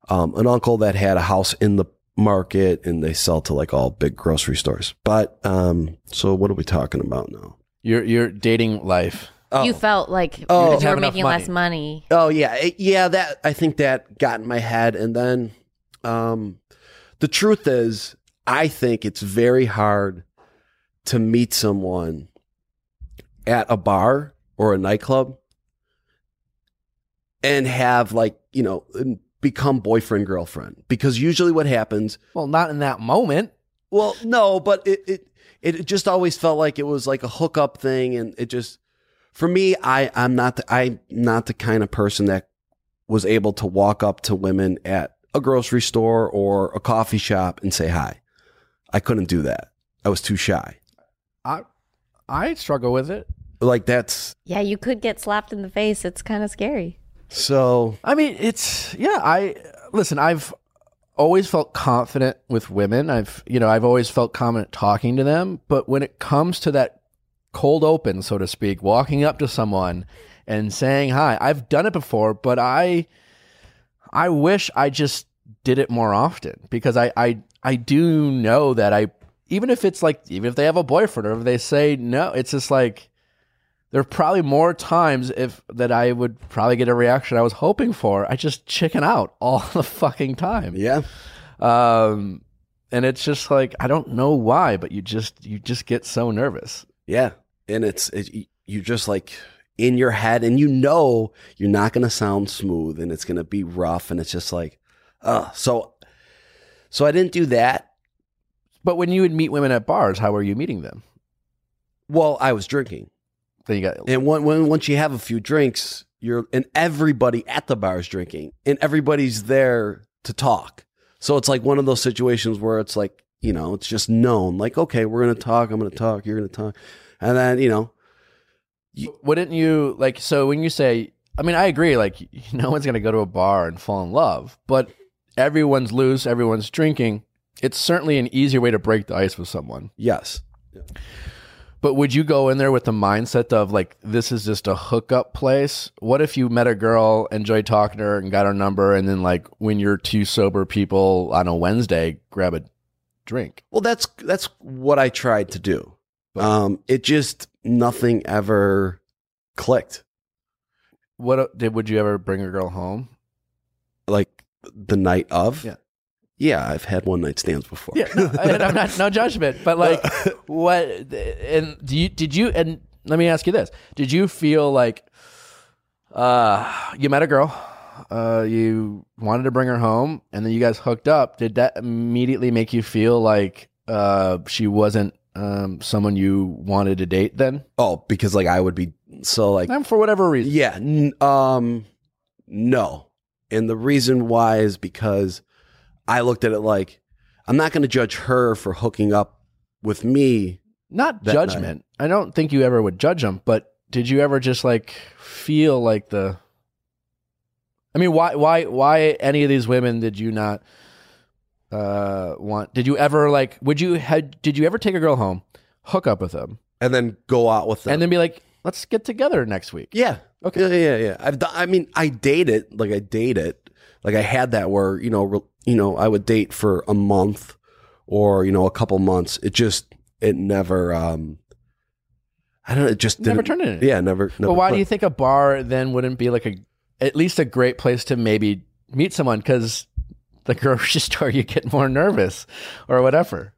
S3: um an uncle that had a house in the market and they sell to like all big grocery stores. But um so what are we talking about now?
S1: Your your dating life.
S3: Oh.
S4: You felt like
S3: Oh.
S4: you
S1: Have
S4: were
S1: enough
S4: making
S1: money.
S4: less money.
S3: Oh yeah, It- yeah. That I think that got in my head, and then, um, the truth is, I think it's very hard to meet someone at a bar or a nightclub and have like you know and become boyfriend girlfriend because usually what happens.
S1: Well, not in that moment.
S3: Well, no, but it it it just always felt like it was like a hookup thing, and it just for me, I I'm not the, I'm not the kind of person that was able to walk up to women at a grocery store or a coffee shop and say hi. I couldn't do that. I was too shy.
S1: I I struggle with it.
S3: Like that's
S4: Yeah, you could get slapped in the face. It's kind of scary.
S3: so.
S1: I mean, it's yeah. I listen. I've always felt confident with women. I've you know I've always felt confident talking to them. But when it comes to that cold open, so to speak, walking up to someone and saying hi, I've done it before, but I I wish I just did it more often because I I I do know that I even if it's like even if they have a boyfriend or if they say no, it's just like there are probably more times if that I would probably get a reaction I was hoping for. I just chicken out all [LAUGHS] the fucking time.
S3: Yeah,
S1: Um, and it's just like I don't know why, but you just you just get so nervous.
S3: yeah, and it's it, you just like in your head and you know you're not going to sound smooth and it's going to be rough and it's just like uh so so I didn't do that.
S1: But when you would meet women at bars, how were you meeting them?
S3: Well, I was drinking.
S1: Then you got
S3: And when, when, once you have a few drinks, you're and everybody at the bar is drinking, and everybody's there to talk. So it's like one of those situations where it's like you know it's just known. Like okay, we're gonna talk. I'm gonna talk. You're gonna talk, and then you know
S1: wouldn't you like so when you say i mean i agree like [LAUGHS] no one's going to go to a bar and fall in love but everyone's loose everyone's drinking it's certainly an easier way to break the ice with someone
S3: yes,
S1: but would you go in there with the mindset of like this is just a hookup place what if you met a girl enjoyed talking to her and got her number and then like when you're two sober people on a wednesday grab a drink
S3: Well, that's that's what I tried to do. Um, it just nothing ever clicked.
S1: what uh, did would you ever bring a girl home
S3: Like the night of.
S1: Yeah.
S3: Yeah, I've had one night stands before.
S1: Yeah, no, and I'm
S3: [LAUGHS]
S1: not no judgment, but like, what? And do you did you? And let me ask you this: Did you feel like, uh, you met a girl, uh, you wanted to bring her home, and then you guys hooked up? Did that immediately make you feel like, uh, she wasn't um someone you wanted to date? Then,
S3: Oh, because like I would be so like
S1: and for whatever reason,
S3: yeah, n- um no. And the reason why is because I looked at it like I'm not going to judge her for hooking up with me.
S1: not
S3: That
S1: judgment. I don't think you ever would judge them, but did you ever just like feel like the? I mean, why, why, why any of these women did you not uh, want? Did you ever like? Would you had? Did you ever take a girl home, hook up with them,
S3: And then go out with them.
S1: and then be like, "Let's get together next week"?
S3: yeah.
S1: Okay.
S3: Yeah, yeah, yeah. I've done, I mean, I date it like I date it. Like I had that where, you know, re, you know, I would date for a month or, you know, a couple months. It just it never um I don't know, it just
S1: Never
S3: didn't
S1: turned into.
S3: Yeah, never, never
S1: But why do
S3: clicked.
S1: you think a bar then wouldn't be like a at least a great place to maybe meet someone? Because the [LAUGHS] grocery store, you get more nervous or whatever.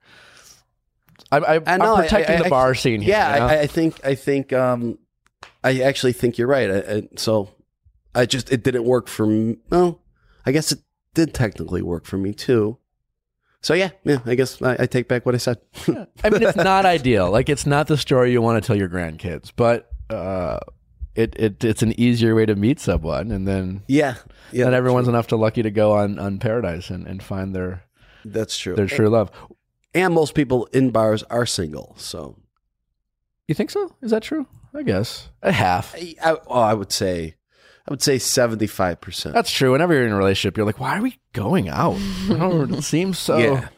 S1: I, I,
S3: I know,
S1: I'm protecting
S3: I- I-
S1: the bar scene here.
S3: yeah
S1: you know?
S3: I, I think i think um i actually think you're right I, I, so i just it didn't work for me well i guess it did technically work for me too so yeah yeah i guess i, I take back what i said [LAUGHS]
S1: I mean, it's not ideal. Like, it's not the story you want to tell your grandkids, but uh, it, it it's an easier way to meet someone, and then
S3: yeah yeah
S1: not everyone's enough to lucky to go on on Paradise and, and find their
S3: that's true
S1: their true love.
S3: and most people in bars are single so
S1: You think so? Is that true? I guess a half.
S3: i, I, oh, I would say i would say 75%
S1: That's true. Whenever you're in a relationship, you're like, why are we going [LAUGHS] out? I don't- it seems so.
S3: Yeah.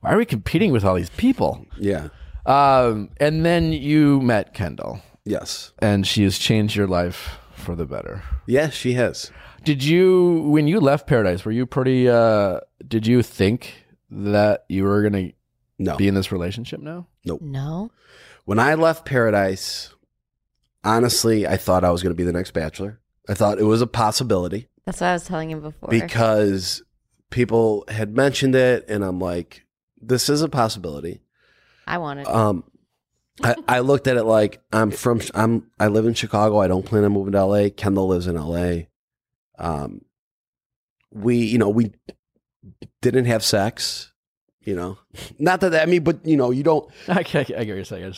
S1: Why are we competing with all these people?
S3: yeah
S1: Um, and then you met Kendall,
S3: yes
S1: and she has changed your life for the better.
S3: yeah she has
S1: Did you, when you left Paradise, were you pretty, uh, did you think that you were going
S3: no
S1: to be in this relationship now?
S4: No.
S3: when I left Paradise, honestly, I thought I was going to be the next Bachelor. I thought it was a possibility
S4: That's what I was telling him before.
S3: because people had mentioned it, and I'm like, this is a possibility.
S4: I wanted
S3: Um, I, I looked at it like I'm from I'm I live in Chicago. I don't plan on moving to LA. Kendall lives in LA. Um, we you know we didn't have sex. You know, not that I mean, but you know, you don't.
S1: [LAUGHS] I, I, I get what you're saying.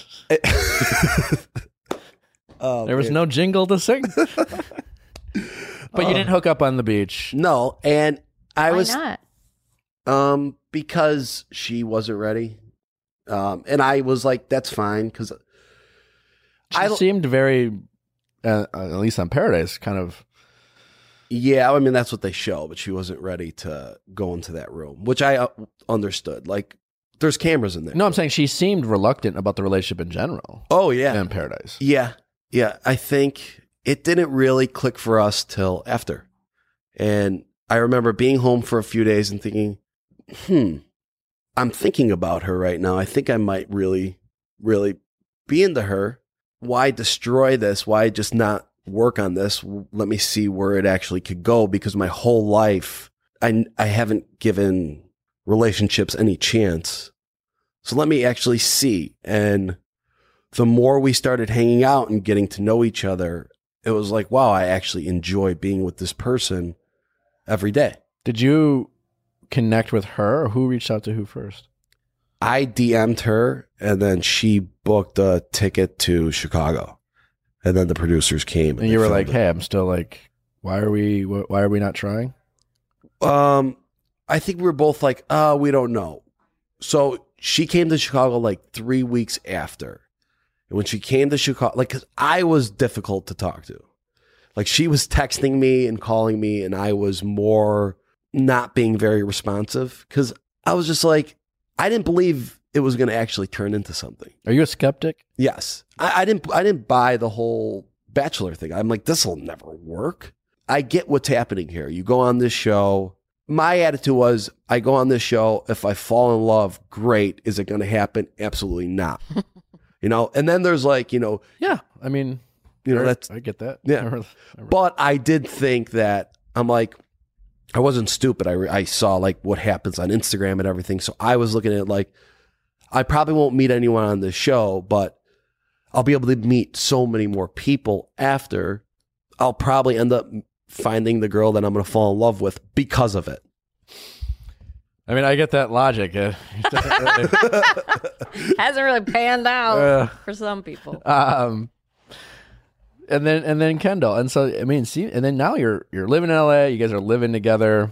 S3: Um,
S1: There was no jingle to sing. [LAUGHS] but you didn't hook up on the beach.
S3: No, and I
S4: Why
S3: was
S4: not?
S3: um because she wasn't ready. Um and I was like that's fine cuz
S1: She
S3: I-
S1: seemed very, uh, uh, at least on Paradise, kind of
S3: yeah, I mean that's what they show, but she wasn't ready to go into that room, which I uh, understood. Like there's cameras in there.
S1: No, I'm saying she seemed reluctant about the relationship in general
S3: Oh yeah.
S1: in Paradise.
S3: Yeah. Yeah, I think it didn't really click for us till after. And I remember being home for a few days and thinking, "Hmm, I'm thinking about her right now. I think I might really really be into her. Why destroy this? Why just not work on this? Let me see where it actually could go because my whole life I I haven't given relationships any chance. So let me actually see and the more we started hanging out and getting to know each other, it was like, wow, I actually enjoy being with this person every day.
S1: Did you connect with her or who reached out to who first?
S3: I DM'd her and then she booked a ticket to Chicago. And then the producers came
S1: And
S3: they
S1: you were like,
S3: filmed it.
S1: "Hey, I'm still like, why are we wh- why are we not trying?"
S3: Um, I think we were both like, uh, we don't know. So she came to Chicago like three weeks after. And when she came to Chicago, like, cause I was difficult to talk to. Like, she was texting me and calling me, and I was more not being very responsive because I was just like, I didn't believe it was going to actually turn into something.
S1: Are you a skeptic?
S3: Yes, I, I didn't. I didn't buy the whole bachelor thing. I'm like, this will never work. I get what's happening here. You go on this show. My attitude was, I go on this show. If I fall in love, great. Is it going to happen? Absolutely not. you know. And then there's like, you know,
S1: Yeah, I mean,
S3: you know
S1: I-
S3: that's.
S1: [LAUGHS] I get that.
S3: Yeah. But I did think that I'm like, I wasn't stupid. I, re- I saw like what happens on Instagram and everything. So I was looking at it like, I probably won't meet anyone on this show, but I'll be able to meet so many more people after. I'll probably end up finding the girl that I'm going to fall in love with because of it.
S1: I mean, I get that logic. [LAUGHS] Uh, it
S3: [LAUGHS]
S1: doesn't really-
S4: Hasn't really panned out
S1: Uh.
S4: for some people.
S1: [LAUGHS] um, and then and then Kendall, and so I mean, see, and then now you're you're living in LA. You guys are living together.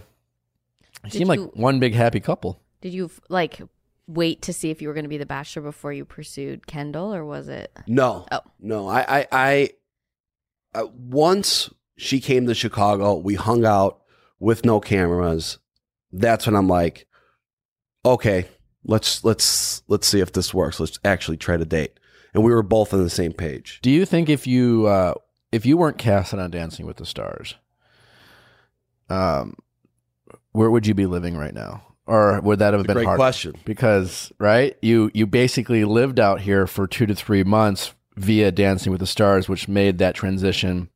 S1: You
S4: Did
S1: seem like
S4: you-
S1: one big happy couple.
S4: Did you like wait to see if you were going to be the bachelor before you pursued Kendall, or was it?
S3: No.
S4: Oh.
S3: No. I, I, I, I, once she came to Chicago, we hung out with no cameras. That's when I'm like, okay, let's, let's, let's see if this works. Let's actually try to date. And we were both on the same page.
S1: Do you think if you uh, if you weren't casted on Dancing with the Stars, um, where would you be living right now, or would that have been
S3: Great
S1: hard?
S3: question.
S1: because right you you basically lived out here for two to three months via dancing with the stars which made that transition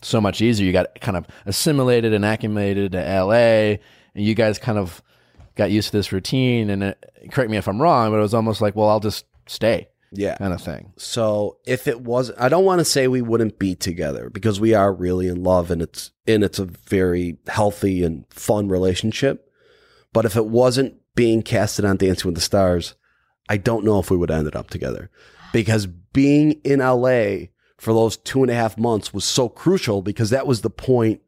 S1: so much easier you got kind of assimilated and acclimated to la and you guys kind of got used to this routine and it, correct me if i'm wrong but it was almost like well i'll just stay
S3: Yeah.
S1: kind of thing
S3: So if it was, I don't want to say we wouldn't be together because we are really in love and it's and it's a very healthy and fun relationship. But if it wasn't being casted on Dancing with the Stars, I don't know if we would have ended up together because being in LA for those two and a half months was so crucial because that was the point.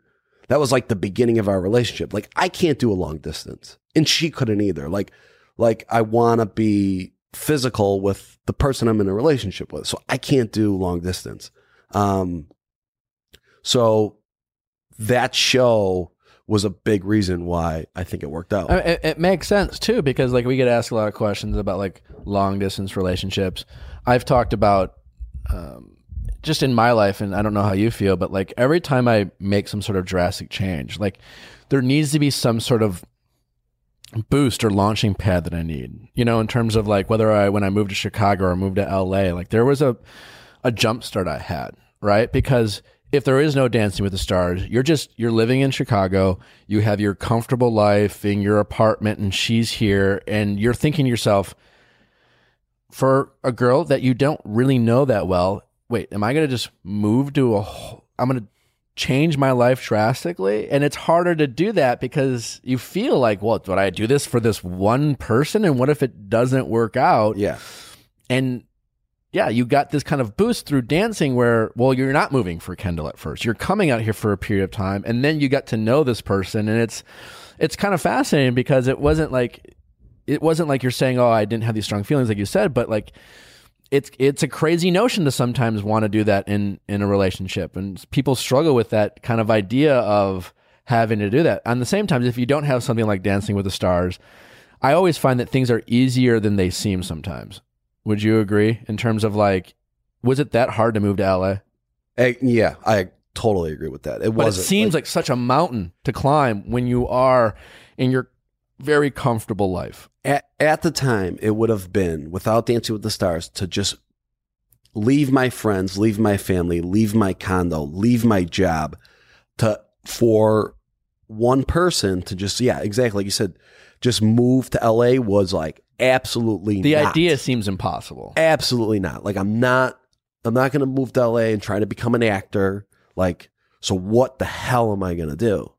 S3: That was like the beginning of our relationship. Like I can't do a long distance and she couldn't either. Like, like I want to be physical with the person I'm in a relationship with. So I can't do long distance. Um, so that show was a big reason why I think it worked out.
S1: I mean, it, it makes sense too because like we get asked a lot of questions about like long distance relationships. I've talked about um, just in my life, and I don't know how you feel, but like every time I make some sort of drastic change, like there needs to be some sort of boost or launching pad that I need. You know, in terms of like whether I when I moved to Chicago or moved to LA, like there was a a jump start I had, right? Because if there is no dancing with the stars, you're just you're living in Chicago, you have your comfortable life in your apartment and she's here and you're thinking to yourself for a girl that you don't really know that well, wait, am I going to just move to a wh- I'm going to change my life drastically and it's harder to do that because you feel like, well, would I do this for this one person and what if it doesn't work out?
S3: yeah.
S1: and yeah, you got this kind of boost through dancing where, well, you're not moving for Kendall at first. You're coming out here for a period of time and then you got to know this person and it's it's kind of fascinating because it wasn't like it wasn't like you're saying, "Oh, I didn't have these strong feelings like you said," but like it's it's a crazy notion to sometimes want to do that in in a relationship and people struggle with that kind of idea of having to do that. On the same time, if you don't have something like Dancing with the Stars, I always find that things are easier than they seem sometimes. Would you agree in terms of like, was it that hard to move to LA?
S3: I, Eh, yeah, I totally agree with that. It
S1: But it
S3: was
S1: seems like, such a mountain to climb when you are in your very comfortable life.
S3: at, at the time it would have been without Dancing with the Stars to just leave my friends, leave my family, leave my condo, leave my job to for one person to just yeah, exactly like you said, just move to LA was like absolutely
S1: The
S3: not. Eh.
S1: idea seems impossible.
S3: Absolutely not. Like I'm not I'm not going to move to LA and try to become an actor. Like, so what the hell am I gonna do?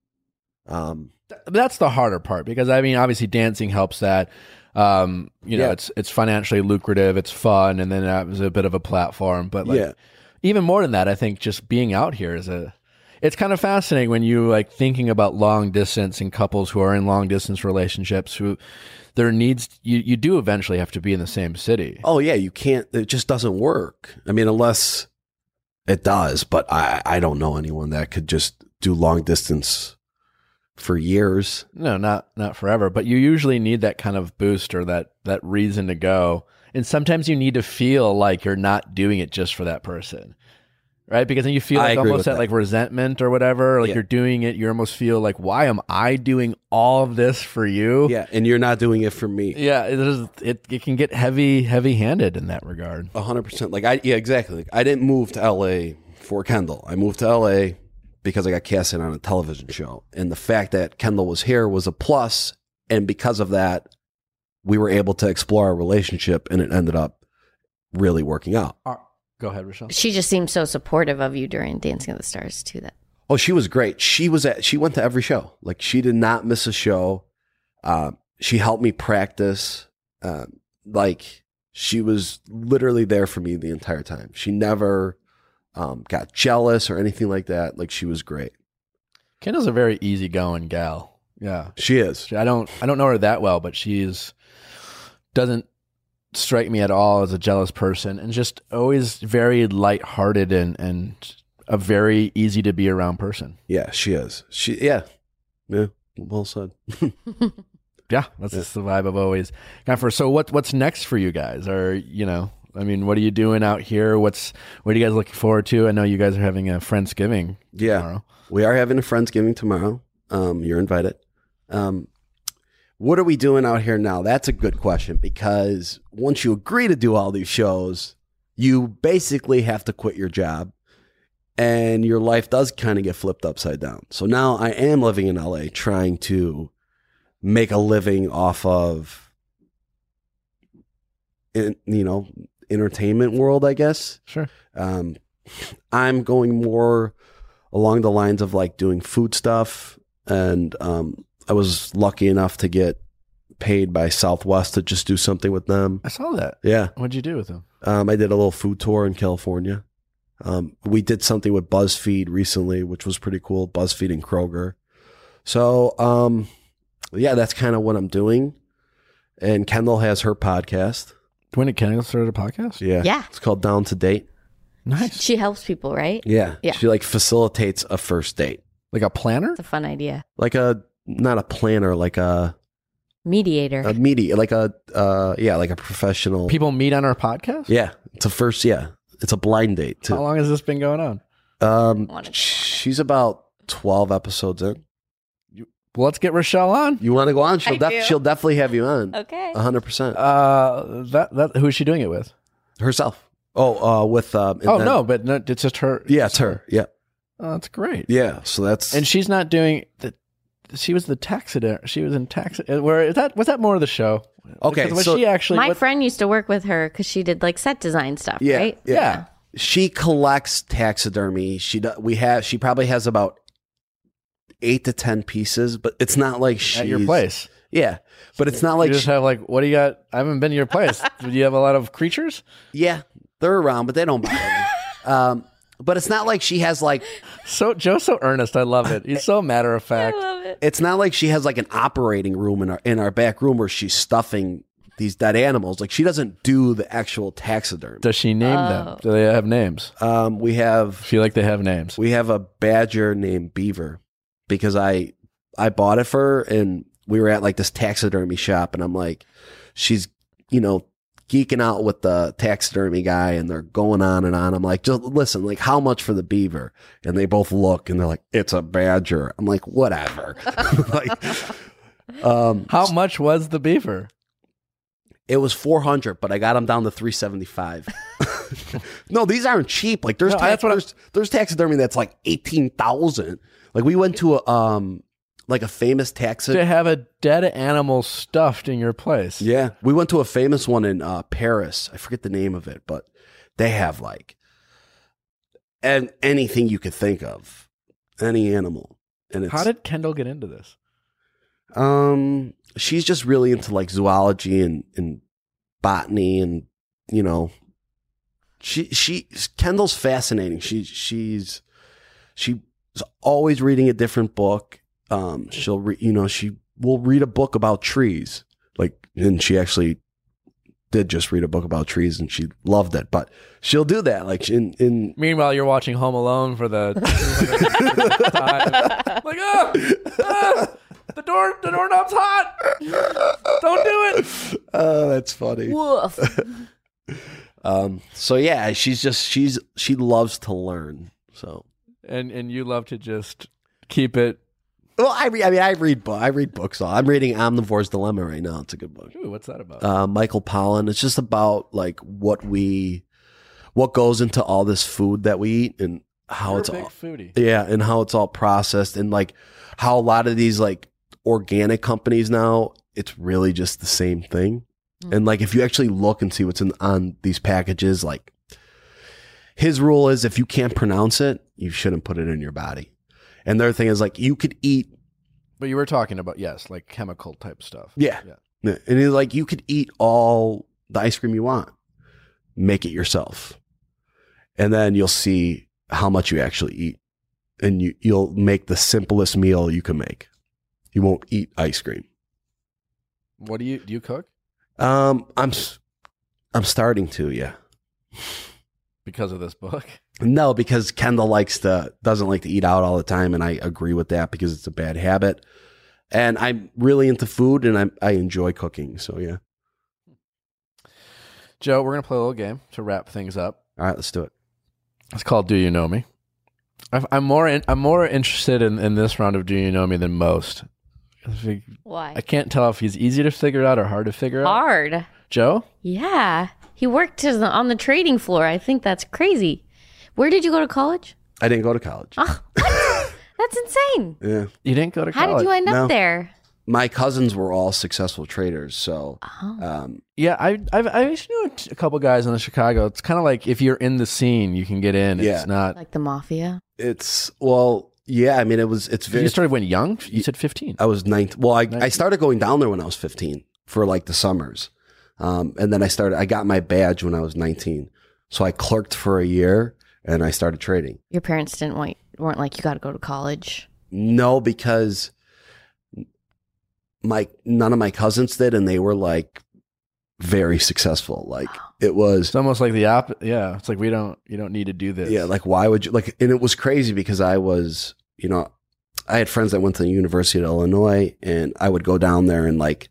S3: Um,
S1: Th- That's the harder part because I mean, obviously, dancing helps that. Um, you know,
S3: Yeah.
S1: it's it's financially lucrative, it's fun, and then that was a bit of a platform. But like,
S3: yeah,
S1: even more than that, I think just being out here is a it's kind of fascinating when you like thinking about long distance and couples who are in long distance relationships who their needs you, you do eventually have to be in the same city.
S3: oh yeah, you can't. It just doesn't work. I mean, unless it does, but I I don't know anyone that could just do long distance for years.
S1: No, not not forever, but you usually need that kind of boost or that that reason to go. And sometimes you need to feel like you're not doing it just for that person. Right? Because then you feel
S3: I
S1: like
S3: agree
S1: almost
S3: with
S1: that,
S3: that.
S1: like resentment or whatever, like
S3: Yeah.
S1: you're doing it, you almost feel like why am I doing all of this for you?
S3: Yeah, and you're not doing it for me.
S1: Yeah, it, is, it it can get heavy heavy handed in that regard.
S3: A hundred percent. Like I, yeah, exactly. Like, I didn't move to L.A. for Kendall. I moved to L.A. because I got casted on a television show, and the fact that Kendall was here was a plus, and because of that, we were able to explore our relationship, and it ended up really working out.
S1: Go ahead, Rochelle.
S4: She just seemed so supportive of you during Dancing with the Stars too. That
S3: Oh, she was great. She was at. She went to every show. Like she did not miss a show. Uh, she helped me practice. Uh, like she was literally there for me the entire time. She never um, got jealous or anything like that. Like she was great.
S1: Kendall's a very easygoing gal. Yeah,
S3: She is.
S1: She- I don't I don't know her that well, but she's doesn't strike me at all as a jealous person, and just always very lighthearted and and a very easy to be around person.
S3: Yeah, she is. She. Yeah. Yeah. Well said.
S1: Yeah, that's just the vibe I've always got for. So what what's next for you guys? Or you know, I mean, what are you doing out here? What's what are you guys looking forward to? I know you guys are having a friendsgiving
S3: Yeah.
S1: tomorrow.
S3: We are having a friendsgiving tomorrow. Um, you're invited. Um, what are we doing out here now? That's a good question because once you agree to do all these shows, you basically have to quit your job, and your life does kind of get flipped upside down. So now I am living in LA, trying to make a living off of, in, you know, entertainment world, I guess.
S1: Sure.
S3: Um, I'm going more along the lines of like doing food stuff, and um, I was lucky enough to get paid by Southwest to just do something with them.
S1: I saw that.
S3: Yeah,
S1: What'd you do with them?
S3: um, I did a little food tour in California. Um, we did something with BuzzFeed recently, which was pretty cool. BuzzFeed and Kroger. So, um, yeah, that's kind of what I'm doing. And Kendall has her podcast.
S1: When did Kendall start a podcast?
S3: Yeah,
S4: Yeah.
S3: it's called Down to Date.
S1: Nice.
S4: she helps people, right?
S3: Yeah.
S4: Yeah.
S3: She like facilitates a first date.
S1: Like a planner?
S4: It's a fun idea.
S3: Like a not a planner, like a
S4: Mediator.
S3: a media, like a uh yeah, like a professional.
S1: People meet on our podcast?
S3: Yeah. It's a first yeah. It's a blind date
S1: How
S3: too.
S1: long has this been going on?
S4: Wanna
S3: Um
S4: go on it.
S3: she's about 12 episodes in.
S1: Well, let's get Rochelle on.
S3: You want to go on? She'll
S4: I
S3: def-
S4: do.
S3: she'll definitely have you on.
S4: okay.
S3: 100%.
S1: Uh, that that who's she doing it with?
S3: Herself. Oh, uh with um and
S1: oh
S3: then-
S1: no, but no, it's just her.
S3: Yeah, it's her. Yeah.
S1: Oh, that's great.
S3: Yeah, so that's
S1: And she's not doing the. She was the taxiderm. She was in tax. uh, Where is that? Was that more of the show?
S3: Okay,
S1: Because was
S3: so-
S1: she actually?
S4: My
S1: what-
S4: friend used to work with her because she did like set design stuff,
S3: yeah,
S4: right?
S3: yeah.
S1: yeah.
S3: she collects taxidermy. She do, we have she probably has about 8 to 10 pieces, but it's not like she's
S1: At your place,
S3: Yeah, but it's not like
S1: you just
S3: she-
S1: have like, what do you got? I haven't been to your
S3: [LAUGHS]
S1: place. do you have a lot of creatures?
S3: yeah, they're around, but they don't bother me. Um, but it's not like she has like
S1: So Joe's so earnest. I love it. He's so matter of fact.
S4: love it.
S3: it's not like she has like an operating room in our in our back room where she's stuffing these dead animals. Like she doesn't do the actual taxidermy.
S1: Does she name them? Do they have names?
S3: Um, we
S1: I
S3: have
S1: feel like they have names.
S3: we have a badger named Beaver because I I bought it for her and we were at like this taxidermy shop and I'm like she's you know geeking out with the taxidermy guy and they're going on and on. I'm like, just listen, like how much for the beaver? And they both look and they're like, it's a badger. I'm like, whatever. [LAUGHS] like, um,
S1: How much was the beaver?
S3: it was 400, but I got them down to 375. [LAUGHS] no, these aren't cheap. Like there's
S1: No,
S3: tax-
S1: that's what I'm-
S3: there's, there's taxidermy that's like 18,000. Like we went to a um like a famous taxidermy.
S1: to have a dead animal stuffed in your place.
S3: [LAUGHS] Yeah, we went to a famous one in uh, Paris. I forget the name of it, but they have like and anything you could think of, any animal. And it's
S1: How did Kendall get into this?
S3: um, she's just really into like zoology and and botany and you know, she she Kendall's fascinating. She she's she's always reading a different book. Um, she'll re- you know she will read a book about trees. Like, and she actually did just read a book about trees and she loved it. But she'll do that. Like in in
S1: Meanwhile, you're watching Home Alone for the [LAUGHS] time. like, oh, the door, the doorknob's hot. Don't do it.
S3: oh, that's [LAUGHS] funny.
S4: Woof.
S3: Um, so yeah, she's just she's she loves to learn. So
S1: And and you love to just keep it.
S3: well, I re- I mean I read bo- I read books. All. I'm reading Omnivore's Dilemma right now. It's a good book.
S1: Ooh, what's that about?
S3: Uh, Michael Pollan. It's just about like what we what goes into all this food that we eat and how
S1: You're a
S3: it's
S1: big
S3: all
S1: foodie.
S3: yeah and how it's all processed and like how a lot of these like organic companies now it's really just the same thing and like if you actually look and see what's in on these packages like his rule is if you can't pronounce it you shouldn't put it in your body and their thing is like you could eat
S1: But you were talking about yes, like chemical type stuff.
S3: yeah,
S1: Yeah.
S3: and he's like you could eat all the ice cream you want make it yourself and then you'll see how much you actually eat and you, you'll make the simplest meal you can make you won't eat ice cream
S1: What do you do? You cook
S3: um i'm s- i'm starting to yeah
S1: because of this book?
S3: No, because Kendall likes to doesn't like to eat out all the time, and I agree with that because it's a bad habit. And I'm really into food, and I I enjoy cooking. So yeah,
S1: Joe, we're gonna play a little game to wrap things up.
S3: all right, let's do it.
S1: It's called "Do You Know Me." I've- I'm more in, I'm more interested in, in this round of "Do You Know Me" than most. I think- I
S4: Why?
S1: can't tell if he's easy to figure out or hard to figure out.
S4: Hard.
S1: Joe,
S4: Yeah. He worked as the, on the trading floor. I think that's crazy. Where did you go to college?
S3: I didn't go to college.
S4: Oh, [LAUGHS] what? that's insane.
S3: Yeah,
S1: you didn't go to
S4: How
S1: college.
S4: did you end
S3: No.
S4: up there?
S3: my cousins were all successful traders, so um,
S1: yeah, I I've, I actually knew a t- a couple guys in Chicago. It's kind of like if you're in the scene, you can get in.
S3: Yeah.
S1: It's not.
S4: Like the mafia?
S3: it's well, yeah. I mean, it was it's
S1: you
S3: very.
S1: started when young. You said 15.
S3: I was ninth. Well, I, I
S1: Nineteen.
S3: started going down there when I was 15 for like the summers. Um, and then I started, I got my badge when I was 19. So I clerked for a year and I started trading.
S4: Your parents didn't want weren't like you got to go to college.
S3: No, because my, none of my cousins did. And they were like very successful. Like it was,
S1: It's almost like the op. Yeah, it's like we don't you don't need to do this.
S3: Yeah, like why would you like? And it was crazy because I was, you know, I had friends that went to the University of Illinois, and I would go down there and like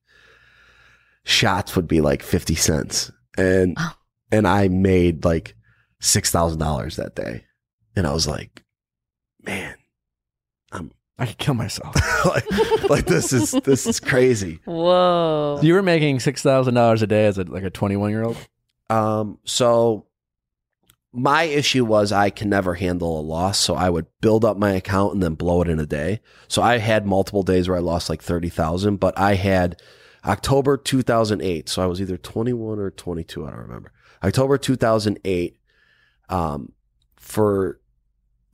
S3: shots would be like fifty cents, and
S4: Oh.
S3: and I made like six thousand dollars that day, and I was like, man, [LAUGHS]
S1: I could kill myself.
S3: like like this is this is crazy.
S4: Whoa.
S1: you were making six thousand dollars a day as a, like a 21 year old.
S3: Um, so my issue was I can never handle a loss, so I would build up my account and then blow it in a day. So I had multiple days where I lost like thirty thousand, but I had October two thousand eight, so I was either twenty one or twenty two, I don't remember. October two thousand eight, um, for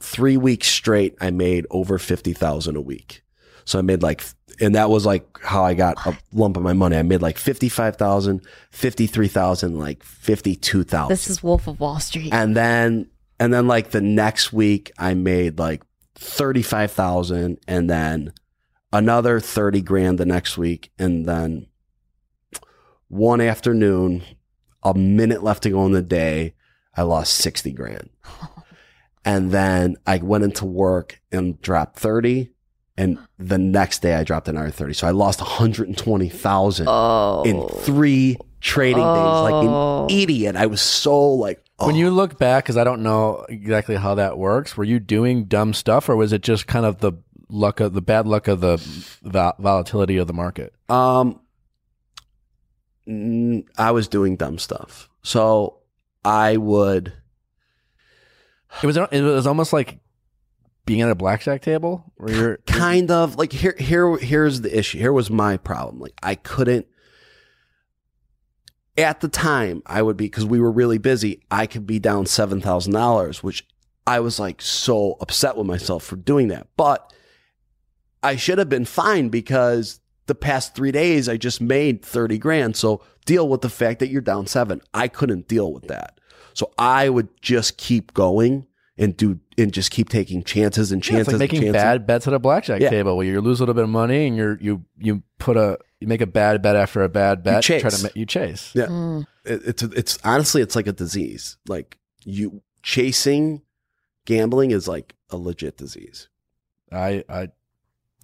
S3: three weeks straight, I made over fifty thousand a week. So I made like, and that was like how I got a lump of my money. I made like fifty five thousand, fifty three thousand, like fifty two thousand
S4: This is Wolf of Wall Street.
S3: and then and then like the next week i made like 35000 and then another 30 grand the next week and then one afternoon a minute left to go in the day i lost
S4: [LAUGHS]
S3: 60 grand and then i went into work and dropped 30 and the next day i dropped another 30 so i lost 120000
S4: oh.
S3: in three trading days like an
S4: Oh.
S3: idiot i was so like oh.
S1: When you look back, because I don't know exactly how that works, were you doing dumb stuff, or was it just kind of the luck of the bad luck of the vol- volatility of the market?
S3: Um, n- I was doing dumb stuff. So I would.
S1: It was it was almost like being at a blackjack table where you're
S3: kind of like here here here's the issue here was my problem like i couldn't at the time i would be because we were really busy i could be down $7000 which I was like so upset with myself for doing that. But I should have been fine because the past three days I just made 30 grand. So deal with the fact that you're down seven. I couldn't deal with that. So I would just keep going and do and just keep taking chances and
S1: Yeah, it's
S3: chances
S1: like
S3: and
S1: making
S3: chances.
S1: bad bets at a blackjack
S3: Yeah.
S1: table where you lose a little bit of money and you're you you put a you make a bad bet after a bad bet.
S3: You
S1: try
S3: chase.
S1: to ma- you chase.
S3: Yeah.
S4: Mm.
S3: it, it's it's honestly it's like a disease. Like you chasing gambling is like a legit disease.
S1: I I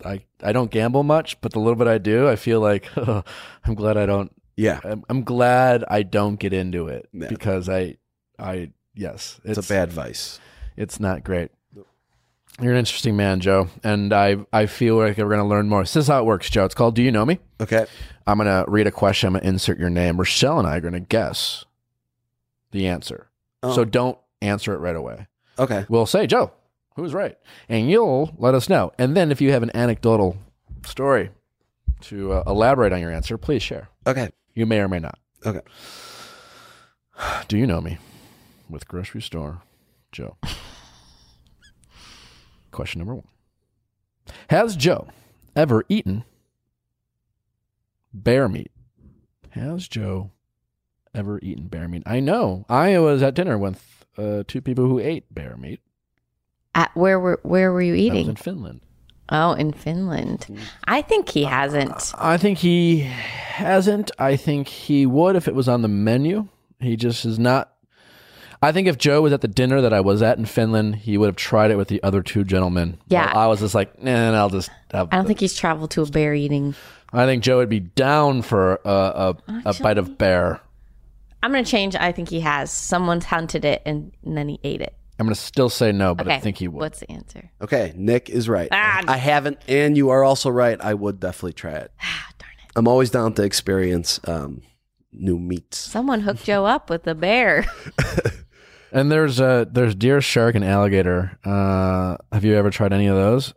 S1: I I don't gamble much, but the little bit I do, I feel like [LAUGHS] I'm glad I don't.
S3: Yeah,
S1: I'm, I'm glad I don't get into it
S3: Yeah.
S1: because I I yes,
S3: it's, a bad vice.
S1: It's not great. You're an interesting man, Joe, and I I feel like we're gonna learn more. This is how it works, Joe. It's called Do You Know Me?
S3: Okay.
S1: I'm gonna read a question. I'm gonna insert your name. Rochelle and I are gonna guess the answer.
S3: Oh,
S1: So don't answer it right away.
S3: okay.
S1: We'll say, Joe, who's right? And you'll let us know. And then if you have an anecdotal story to uh, elaborate on your answer, please share.
S3: Okay.
S1: You may or may not.
S3: Okay.
S1: Do you know me? With grocery store, Joe. Question number one Has Joe ever eaten bear meat? Has Joe ever eaten bear meat? I know. I was at dinner with uh, two people who ate bear meat.
S4: At where were where were you
S1: I was
S4: eating?
S1: in Finland.
S4: oh, in Finland. I think he hasn't.
S1: I think he hasn't. I think he would if it was on the menu. He just is not. I think if Joe was at the dinner that I was at in Finland, he would have tried it with the other two gentlemen.
S4: Yeah. Um,
S1: While I was just like, nah, nah, I'll just. Have
S4: I don't think he's traveled to a bear eating.
S1: I think Joe would be down for a, a, a bite of bear.
S4: I'm gonna change. I think he has. Someone's hunted it and, and then he ate it.
S1: I'm going to still say no, but
S4: Okay.
S1: I think he would.
S4: What's the answer? [SIGHS]
S3: Okay. Nick is right.
S4: Ah.
S3: I haven't, and you are also right. I would definitely try it.
S4: Ah, darn it!
S3: I'm always down to experience um, new meats.
S4: Someone hooked Joe up with a bear. [LAUGHS]
S1: And there's uh there's deer, shark, and alligator. Uh, have you ever tried any of those?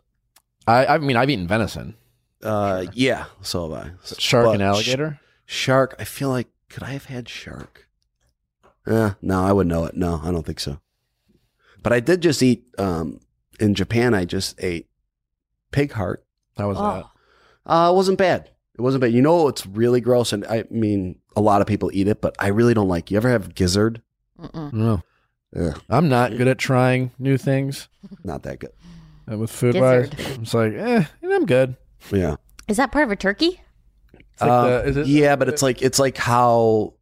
S1: I, I mean, I've eaten venison,
S3: Uh, yeah. So have I.
S1: shark,
S3: But
S1: and
S3: sh-
S1: alligator.
S3: shark. I feel like could I have had shark? Eh, no, I would know it. No, I don't think so. But I did just eat um, in Japan. I just ate pig heart.
S1: How was that?
S4: Oh,
S3: Uh, it wasn't bad. It wasn't bad. You know, it's really gross, and I mean, a lot of people eat it, but I really don't like. You ever have gizzard?
S4: mm-mm.
S1: No.
S3: Yeah.
S1: I'm not good at trying new things
S3: Not that good.
S1: uh, with food wise.
S4: Gizzard.
S1: I'm just like, eh, I'm good.
S3: Yeah.
S4: is that part of a turkey?
S1: It's like
S3: Uh,
S1: the, is it
S3: yeah, but it's like it's like how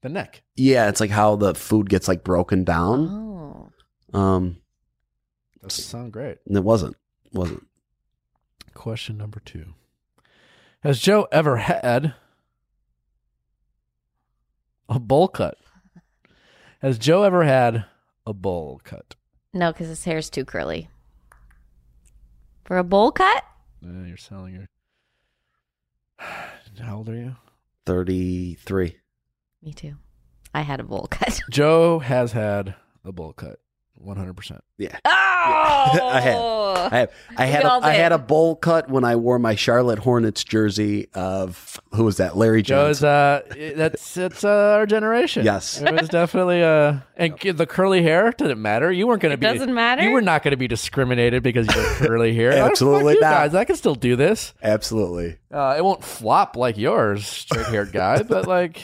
S1: the neck.
S3: yeah, it's like how the food gets like broken
S1: Mm. Uh-huh.
S3: down.
S4: Oh,
S3: Um,
S1: Doesn't sound great.
S3: and it wasn't wasn't.
S1: Question number two: Has Joe ever had a bowl cut? Has Joe ever had a bowl cut?
S4: no, because his hair's too curly. For a bowl cut?
S1: Uh, you're selling your. [SIGHS] How old are you?
S3: Thirty three.
S4: Me too. I had a bowl
S1: [LAUGHS]
S4: cut. [LAUGHS]
S1: Joe has had a bowl cut, 100. percent
S4: Oh,
S3: I I have, I had
S4: We
S3: a,
S4: all
S3: I
S4: did.
S3: had a bowl cut when I wore my Charlotte Hornets jersey of who was that? Larry
S1: Joe's
S3: Jones.
S1: uh, i- that's it's uh, our generation.
S3: Yes.
S1: it was definitely uh, and g- the curly hair didn't matter. You weren't going to
S4: It
S1: be
S4: doesn't matter?
S1: You were not going to be discriminated because you had curly
S3: [LAUGHS]
S1: hair. Oh, fuck
S3: Absolutely
S1: you
S3: not.
S1: guys. I can still do this.
S3: Absolutely.
S1: Uh, it won't flop like yours, straight haired
S3: [LAUGHS]
S1: guy. but like,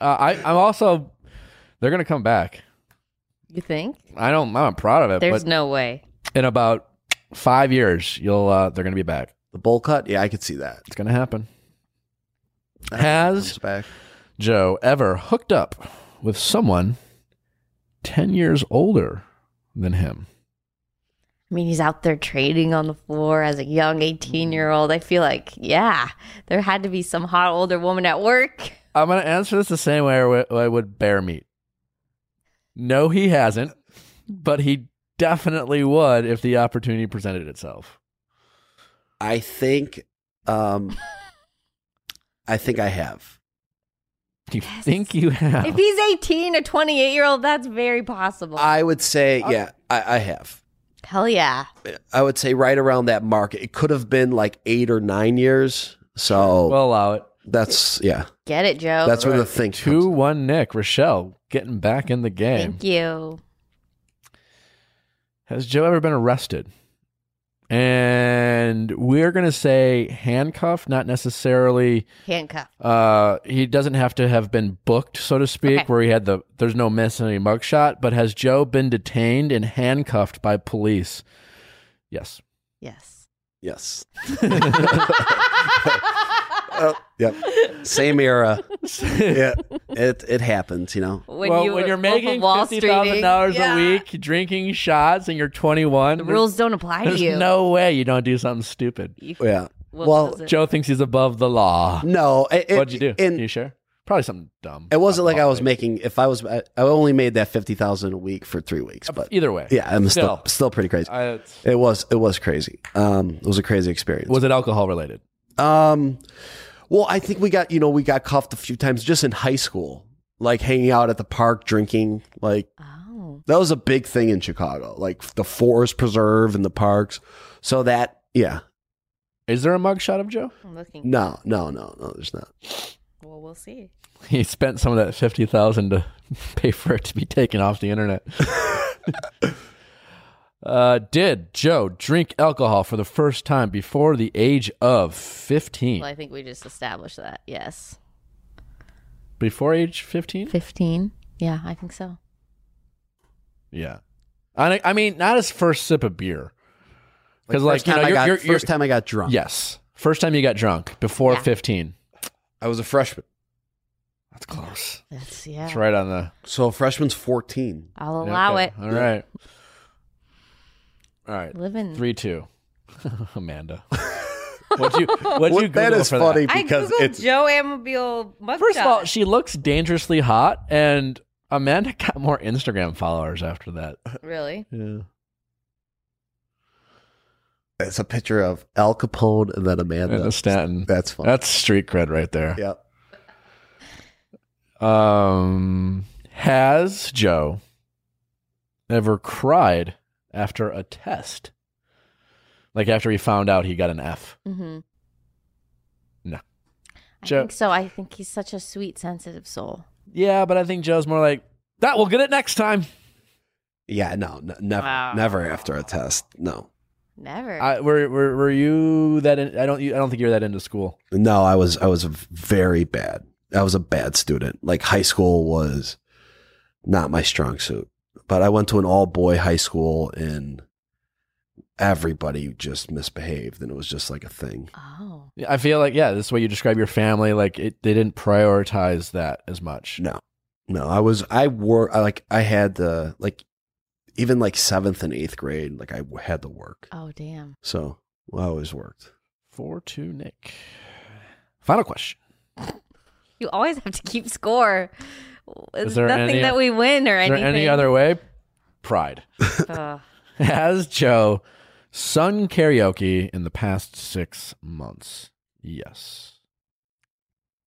S1: uh, I I'm also they're going to come back.
S4: You think?
S1: I don't. I'm not proud of it.
S4: There's
S1: but
S4: no way.
S1: in about five years, you'll uh, they're going to be back.
S3: The bowl cut? Yeah, I could see that.
S1: It's going to happen.
S3: That
S1: Has
S3: comes back.
S1: Joe ever hooked up with someone 10 years older than him?
S4: I mean, he's out there trading on the floor as a young 18 year old. I feel like, yeah, there had to be some hot older woman at work.
S1: I'm going to answer this the same way I would- I would bear meat. No, he hasn't, but he definitely would if the opportunity presented itself.
S3: I think um I think I have.
S1: You think you have?
S4: If he's 18, a 28 year old, that's very possible.
S3: I would say yeah, I, I have.
S4: Hell yeah.
S3: I would say right around that mark. It could have been like 8 or 9 years. So
S1: we'll allow it.
S3: that's yeah.
S4: Get it, Joe.
S3: That's where the
S1: Alright.
S3: thing
S1: Two
S3: comes.
S1: one Nick Rochelle getting back in the game.
S4: Thank you.
S1: Has Joe ever been arrested? And we're going to say handcuffed, not necessarily.
S4: Handcuff.
S1: Uh, he doesn't have to have been booked, so to speak,
S4: Okay.
S1: where he had the there's no miss and any mugshot. But has Joe been detained and handcuffed by police?
S4: [LAUGHS]
S1: Yes. [LAUGHS]
S4: Yes.
S3: Yes. Oh, yep. Same
S1: [LAUGHS]
S3: era. yeah. It it happens, you know.
S4: When
S1: well,
S4: you
S1: when
S4: were
S1: you're
S4: Wolf of
S1: making
S4: Wall
S1: fifty thousand dollars
S4: Streeting, yeah.
S1: a week, drinking shots, and you're 21,
S4: the
S1: there's-
S4: rules don't apply
S1: [LAUGHS]
S4: to
S1: there's
S4: you.
S1: no way you don't do something stupid.
S4: You-
S3: Yeah.
S4: what
S3: Well,
S4: was it?
S1: Joe thinks he's above the law.
S3: No. It, it-
S1: What'd you do?
S3: and
S1: you sure? Probably something dumb.
S3: it wasn't like I was
S1: Probably.
S3: making. If I was, I, I only made that fifty thousand a week for three weeks. But
S1: Either way,
S3: yeah, I'm still
S1: Still.
S3: still, pretty crazy.
S1: I, it's-
S3: It was it was crazy. Um, it was a crazy experience.
S1: was it alcohol related?
S3: Um, well, I think we got you know we got cuffed a few times just in high school, like hanging out at the park drinking. Like
S4: Oh.
S3: that was a big thing in Chicago, like the forest preserve and the parks. So that yeah,
S1: Is there a mugshot of Joe?
S4: I'm looking.
S3: no, no, no, no, there's not.
S4: Well, we'll see.
S1: [LAUGHS] He spent some of that fifty thousand to [LAUGHS] pay for it to be taken off the
S3: [LAUGHS]
S1: internet. uh, did Joe drink alcohol for the first time before the age of fifteen?
S4: Well, I think we just established that. Yes.
S1: before age fifteen?
S4: 15. Yeah, I think so.
S1: Yeah. I I mean, not his first sip of beer. Because like,
S3: first
S1: you
S3: time
S1: know,
S3: I
S1: you're,
S3: got,
S1: you're- you're-
S3: first time I got drunk.
S1: yes, first time you got drunk before
S4: Yeah.
S1: fifteen.
S3: I was a freshman.
S1: That's close.
S4: That's yeah.
S1: That's right on the
S3: So a freshman's fourteen.
S4: I'll allow
S1: Okay.
S4: it.
S1: All right. All right.
S4: Living.
S1: Three two. [LAUGHS] Amanda. What'd you what'd you
S3: Well, that
S1: Google
S3: is
S1: for
S3: funny
S4: I
S3: because
S4: googled
S3: it's
S4: Joe Amabile mugshot.
S1: First of all, she looks dangerously hot and Amanda got more Instagram followers after that.
S4: really?
S1: Yeah.
S3: it's a picture of Al Capone and then Amanda.
S1: And a Stanton.
S3: That's funny.
S1: That's street cred right there.
S3: yeah.
S1: Um has Joe ever cried after a test? Like after he found out he got an F.
S4: Mm-hmm.
S1: No.
S4: I
S1: Joe-
S4: think so. I think he's such a sweet, sensitive soul.
S1: Yeah, but I think Joe's more like, that we'll get it next time.
S3: Yeah, no, n- never,
S4: Wow.
S3: never after a test. No,
S4: Never.
S1: I, were, were were you that? In, I don't. You, I don't think you're that into school.
S3: no, I was, I was very bad. I was a bad student. Like high school was not my strong suit, but I went to an all boy high school and everybody just misbehaved, and it was just like a thing.
S4: oh.
S1: I feel like yeah, this way you describe your family. Like it, they didn't prioritize that as much.
S3: No, no, I was, I wore, I like, I had the like, even like seventh and eighth grade, like I w- had to work,
S4: Oh, damn.
S3: so I always worked.
S1: Four two Nick. Final question.
S4: You always have to keep score. It's
S1: there
S4: nothing
S1: any-
S4: that we win or
S1: Is there
S4: anything.
S1: any other way? Pride. [LAUGHS]
S4: Ugh.
S1: Has Joe sung karaoke in the past six months? Yes.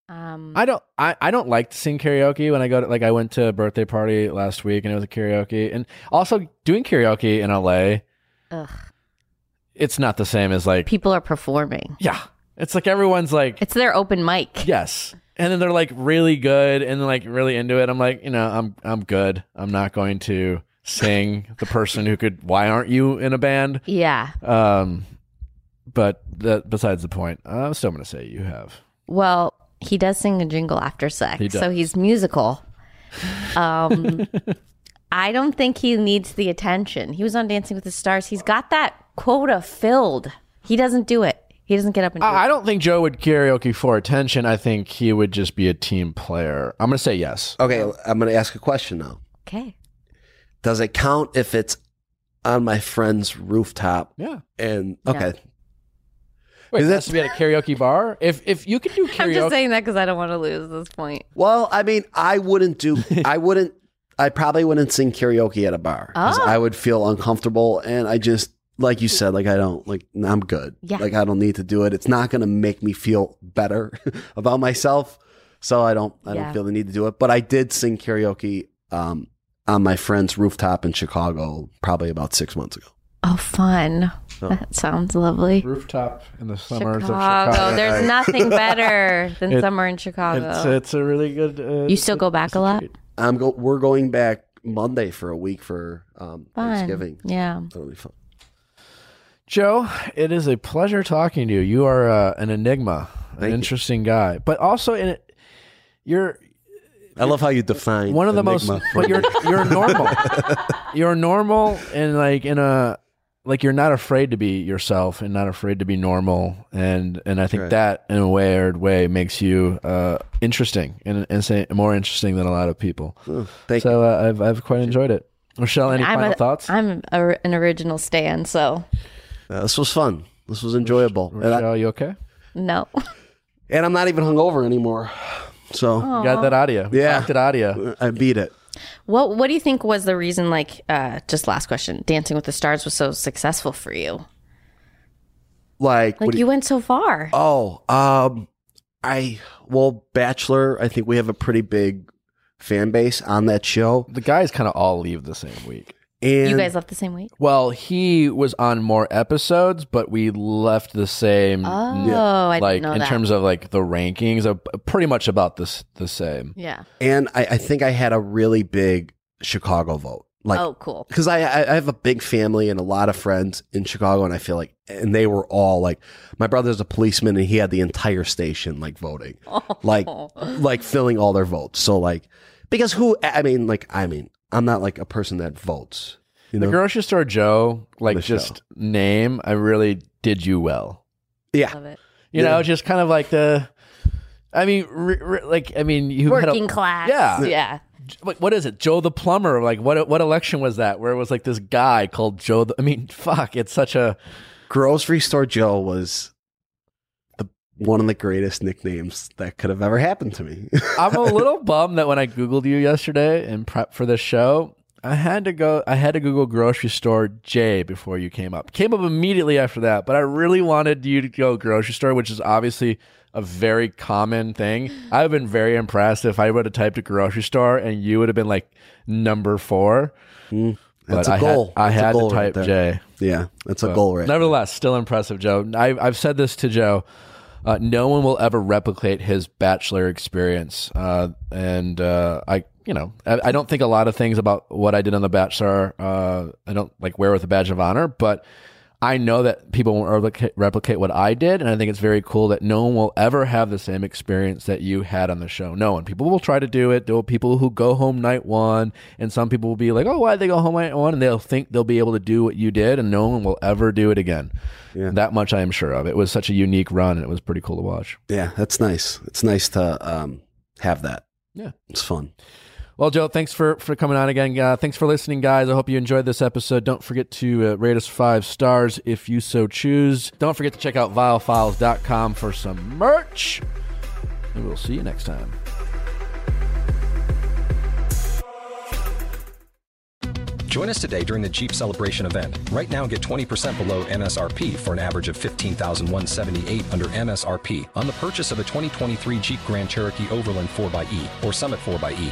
S4: um,
S1: I don't. I, I don't like to sing karaoke when I go to like I went to a birthday party last week and it was a karaoke and also doing karaoke in LA.
S4: ugh.
S1: It's not the same as like
S4: People are performing.
S1: Yeah. It's like everyone's like,
S4: It's their open mic.
S1: yes. And then they're like really good and like really into it. I'm like, you know, I'm I'm good. I'm not going to sing the person who could why aren't you in a band?
S4: Yeah.
S1: Um but that besides the point, I'm still gonna say you have.
S4: Well, he does sing a jingle after sex,
S1: He does.
S4: so he's musical. Um, [LAUGHS] I don't think he needs the attention. He was on Dancing with the Stars. He's got that quota filled. He doesn't do it. He doesn't get up and do
S1: I,
S4: it.
S1: I don't think Joe would karaoke for attention. I think he would just be a team player. I'm gonna say yes.
S3: Okay, I'm gonna ask a question now.
S4: Okay.
S3: Does it count if it's on my friend's rooftop?
S1: Yeah.
S3: And
S4: No.
S3: okay,
S1: Wait,
S3: Is
S1: Is
S3: that-
S1: that to be at a karaoke bar? If if you could do karaoke,
S4: I'm just saying that because I don't want to lose this point.
S3: well, I mean, I
S4: [LAUGHS]
S3: wouldn't do. I wouldn't. I probably wouldn't sing karaoke at a bar 'cause
S4: Oh.
S3: I would feel uncomfortable, and I just like you said, like I don't like I'm good.
S4: Yeah.
S3: Like I don't need to do it. It's not gonna make me feel better [LAUGHS] about myself, so I don't. I
S4: Yeah.
S3: don't feel the need to do it. But I did sing karaoke um, on my friend's rooftop in Chicago, probably about six months ago.
S4: Oh, fun.
S3: Oh.
S4: That sounds lovely.
S1: rooftop in the
S4: Chicago.
S1: summers of Chicago.
S4: There's
S1: [LAUGHS]
S4: nothing better than
S1: It-
S4: summer in Chicago.
S1: It's, it's a really good. Uh,
S4: you still go back a lot?
S3: I'm go. We're going back Monday for a week for um,
S4: Fun.
S3: Thanksgiving.
S4: Yeah.
S3: That'll be fun.
S1: Joe, it is a pleasure talking to you. You are uh, an enigma, an
S3: Thank you.
S1: interesting guy, but also in you're
S3: I love how you define
S1: one of the
S3: enigma
S1: most.
S3: for
S1: But you're
S3: me.
S1: you're normal. you're normal, and like in a like you're not afraid to be yourself, and not afraid to be normal, and and I think
S3: Right.
S1: that in a weird way makes you uh, interesting and and say, more interesting than a lot of people.
S3: Thank you.
S1: so uh, I've I've quite enjoyed it. Michelle, any
S4: I'm
S1: final
S4: a-
S1: thoughts?
S4: I'm a, an original stand, so
S3: Uh, this was fun. This was enjoyable. And, I,
S1: Michelle, you okay?
S4: no.
S3: and I'm not even hungover anymore. So
S1: You got that audio? We
S3: Yeah.
S1: clocked it audio.
S4: Oh.
S3: I beat it.
S4: what What do you think was the reason? Like, uh, just last question. Dancing with the Stars was so successful for you.
S3: Like, what
S4: Like
S3: do
S4: you, went so far.
S3: Oh, um, I well, Bachelor. I think we have a pretty big fan base on that show,
S1: The guys kind of all leave the same week.
S3: and
S4: you guys left the same week.
S1: Well, he was on more episodes, but we left the same.
S4: Oh, I
S1: like
S4: didn't know
S1: in
S4: that.
S1: terms of like the rankings, are pretty much about this the same.
S4: yeah.
S3: and I, I think I had a really big Chicago vote, like
S4: oh, cool. [LAUGHS]
S3: because I, I I have a big family and a lot of friends in Chicago, and I feel like and they were all like, my brother's a policeman, and he had the entire station like voting, like
S4: [LAUGHS]
S3: like filling all their votes. So like, because who? I mean, like, I mean, I'm not like a person that votes. You
S1: The
S3: know?
S1: grocery store Joe, like
S3: Michelle.
S1: just name, I really did you well.
S3: yeah,
S4: Love it.
S1: You
S3: Yeah.
S1: know, just kind of like the. I mean, re, re- like I mean, you had a-
S4: Working class.
S1: Yeah.
S4: Yeah.
S1: what, what is it? Joe the plumber? Like what? What election was that? Where it was like this guy called Joe. The, I mean, fuck! It's such a
S3: grocery store Joe was the one of the greatest nicknames that could have ever happened to me. [LAUGHS]
S1: I'm a little bummed that when I googled you yesterday and prep for this show, I had to go. I had to Google grocery store J before you came up. Came up immediately after that, but I really wanted you to go grocery store, which is obviously a very common thing. I've been very impressed. If I would have typed a grocery store and you would have been like number four,
S3: That's
S1: but I
S3: a
S1: had-
S3: goal.
S1: I
S3: That's a
S1: had
S3: goal
S1: to type
S3: right there.
S1: J.
S3: Yeah, that's a goal right.
S1: Nevertheless, still impressive, Joe. I, I've said this to Joe. Uh, no one will ever replicate his bachelor experience, uh, and uh, I, you know, I, I don't think a lot of things about what I did on the Bachelor. Uh, I don't like wear with a badge of honor, but I know that people won't replicate, replicate what I did, and I think it's very cool that no one will ever have the same experience that you had on the show. No one. People will try to do it. There will be people who go home night one, and some people will be like, "Oh, why they go home night one?" And they'll think they'll be able to do what you did, and no one will ever do it again. That much I am sure of. It was such a unique run, and it was pretty cool to watch.
S3: Yeah, that's nice. It's nice to um, have that.
S1: Yeah.
S3: it's fun.
S1: Well, Joe, thanks for, for coming on again. Uh, thanks for listening, guys. I hope you enjoyed this episode. Don't forget to uh, rate us five stars if you so choose. Don't forget to check out vilefiles.com for some merch. And we'll see you next time.
S5: Join us today during the Jeep Celebration event. Right now, get 20% below MSRP for an average of 15178 under MSRP on the purchase of a 2023 Jeep Grand Cherokee Overland 4xE or Summit 4xE.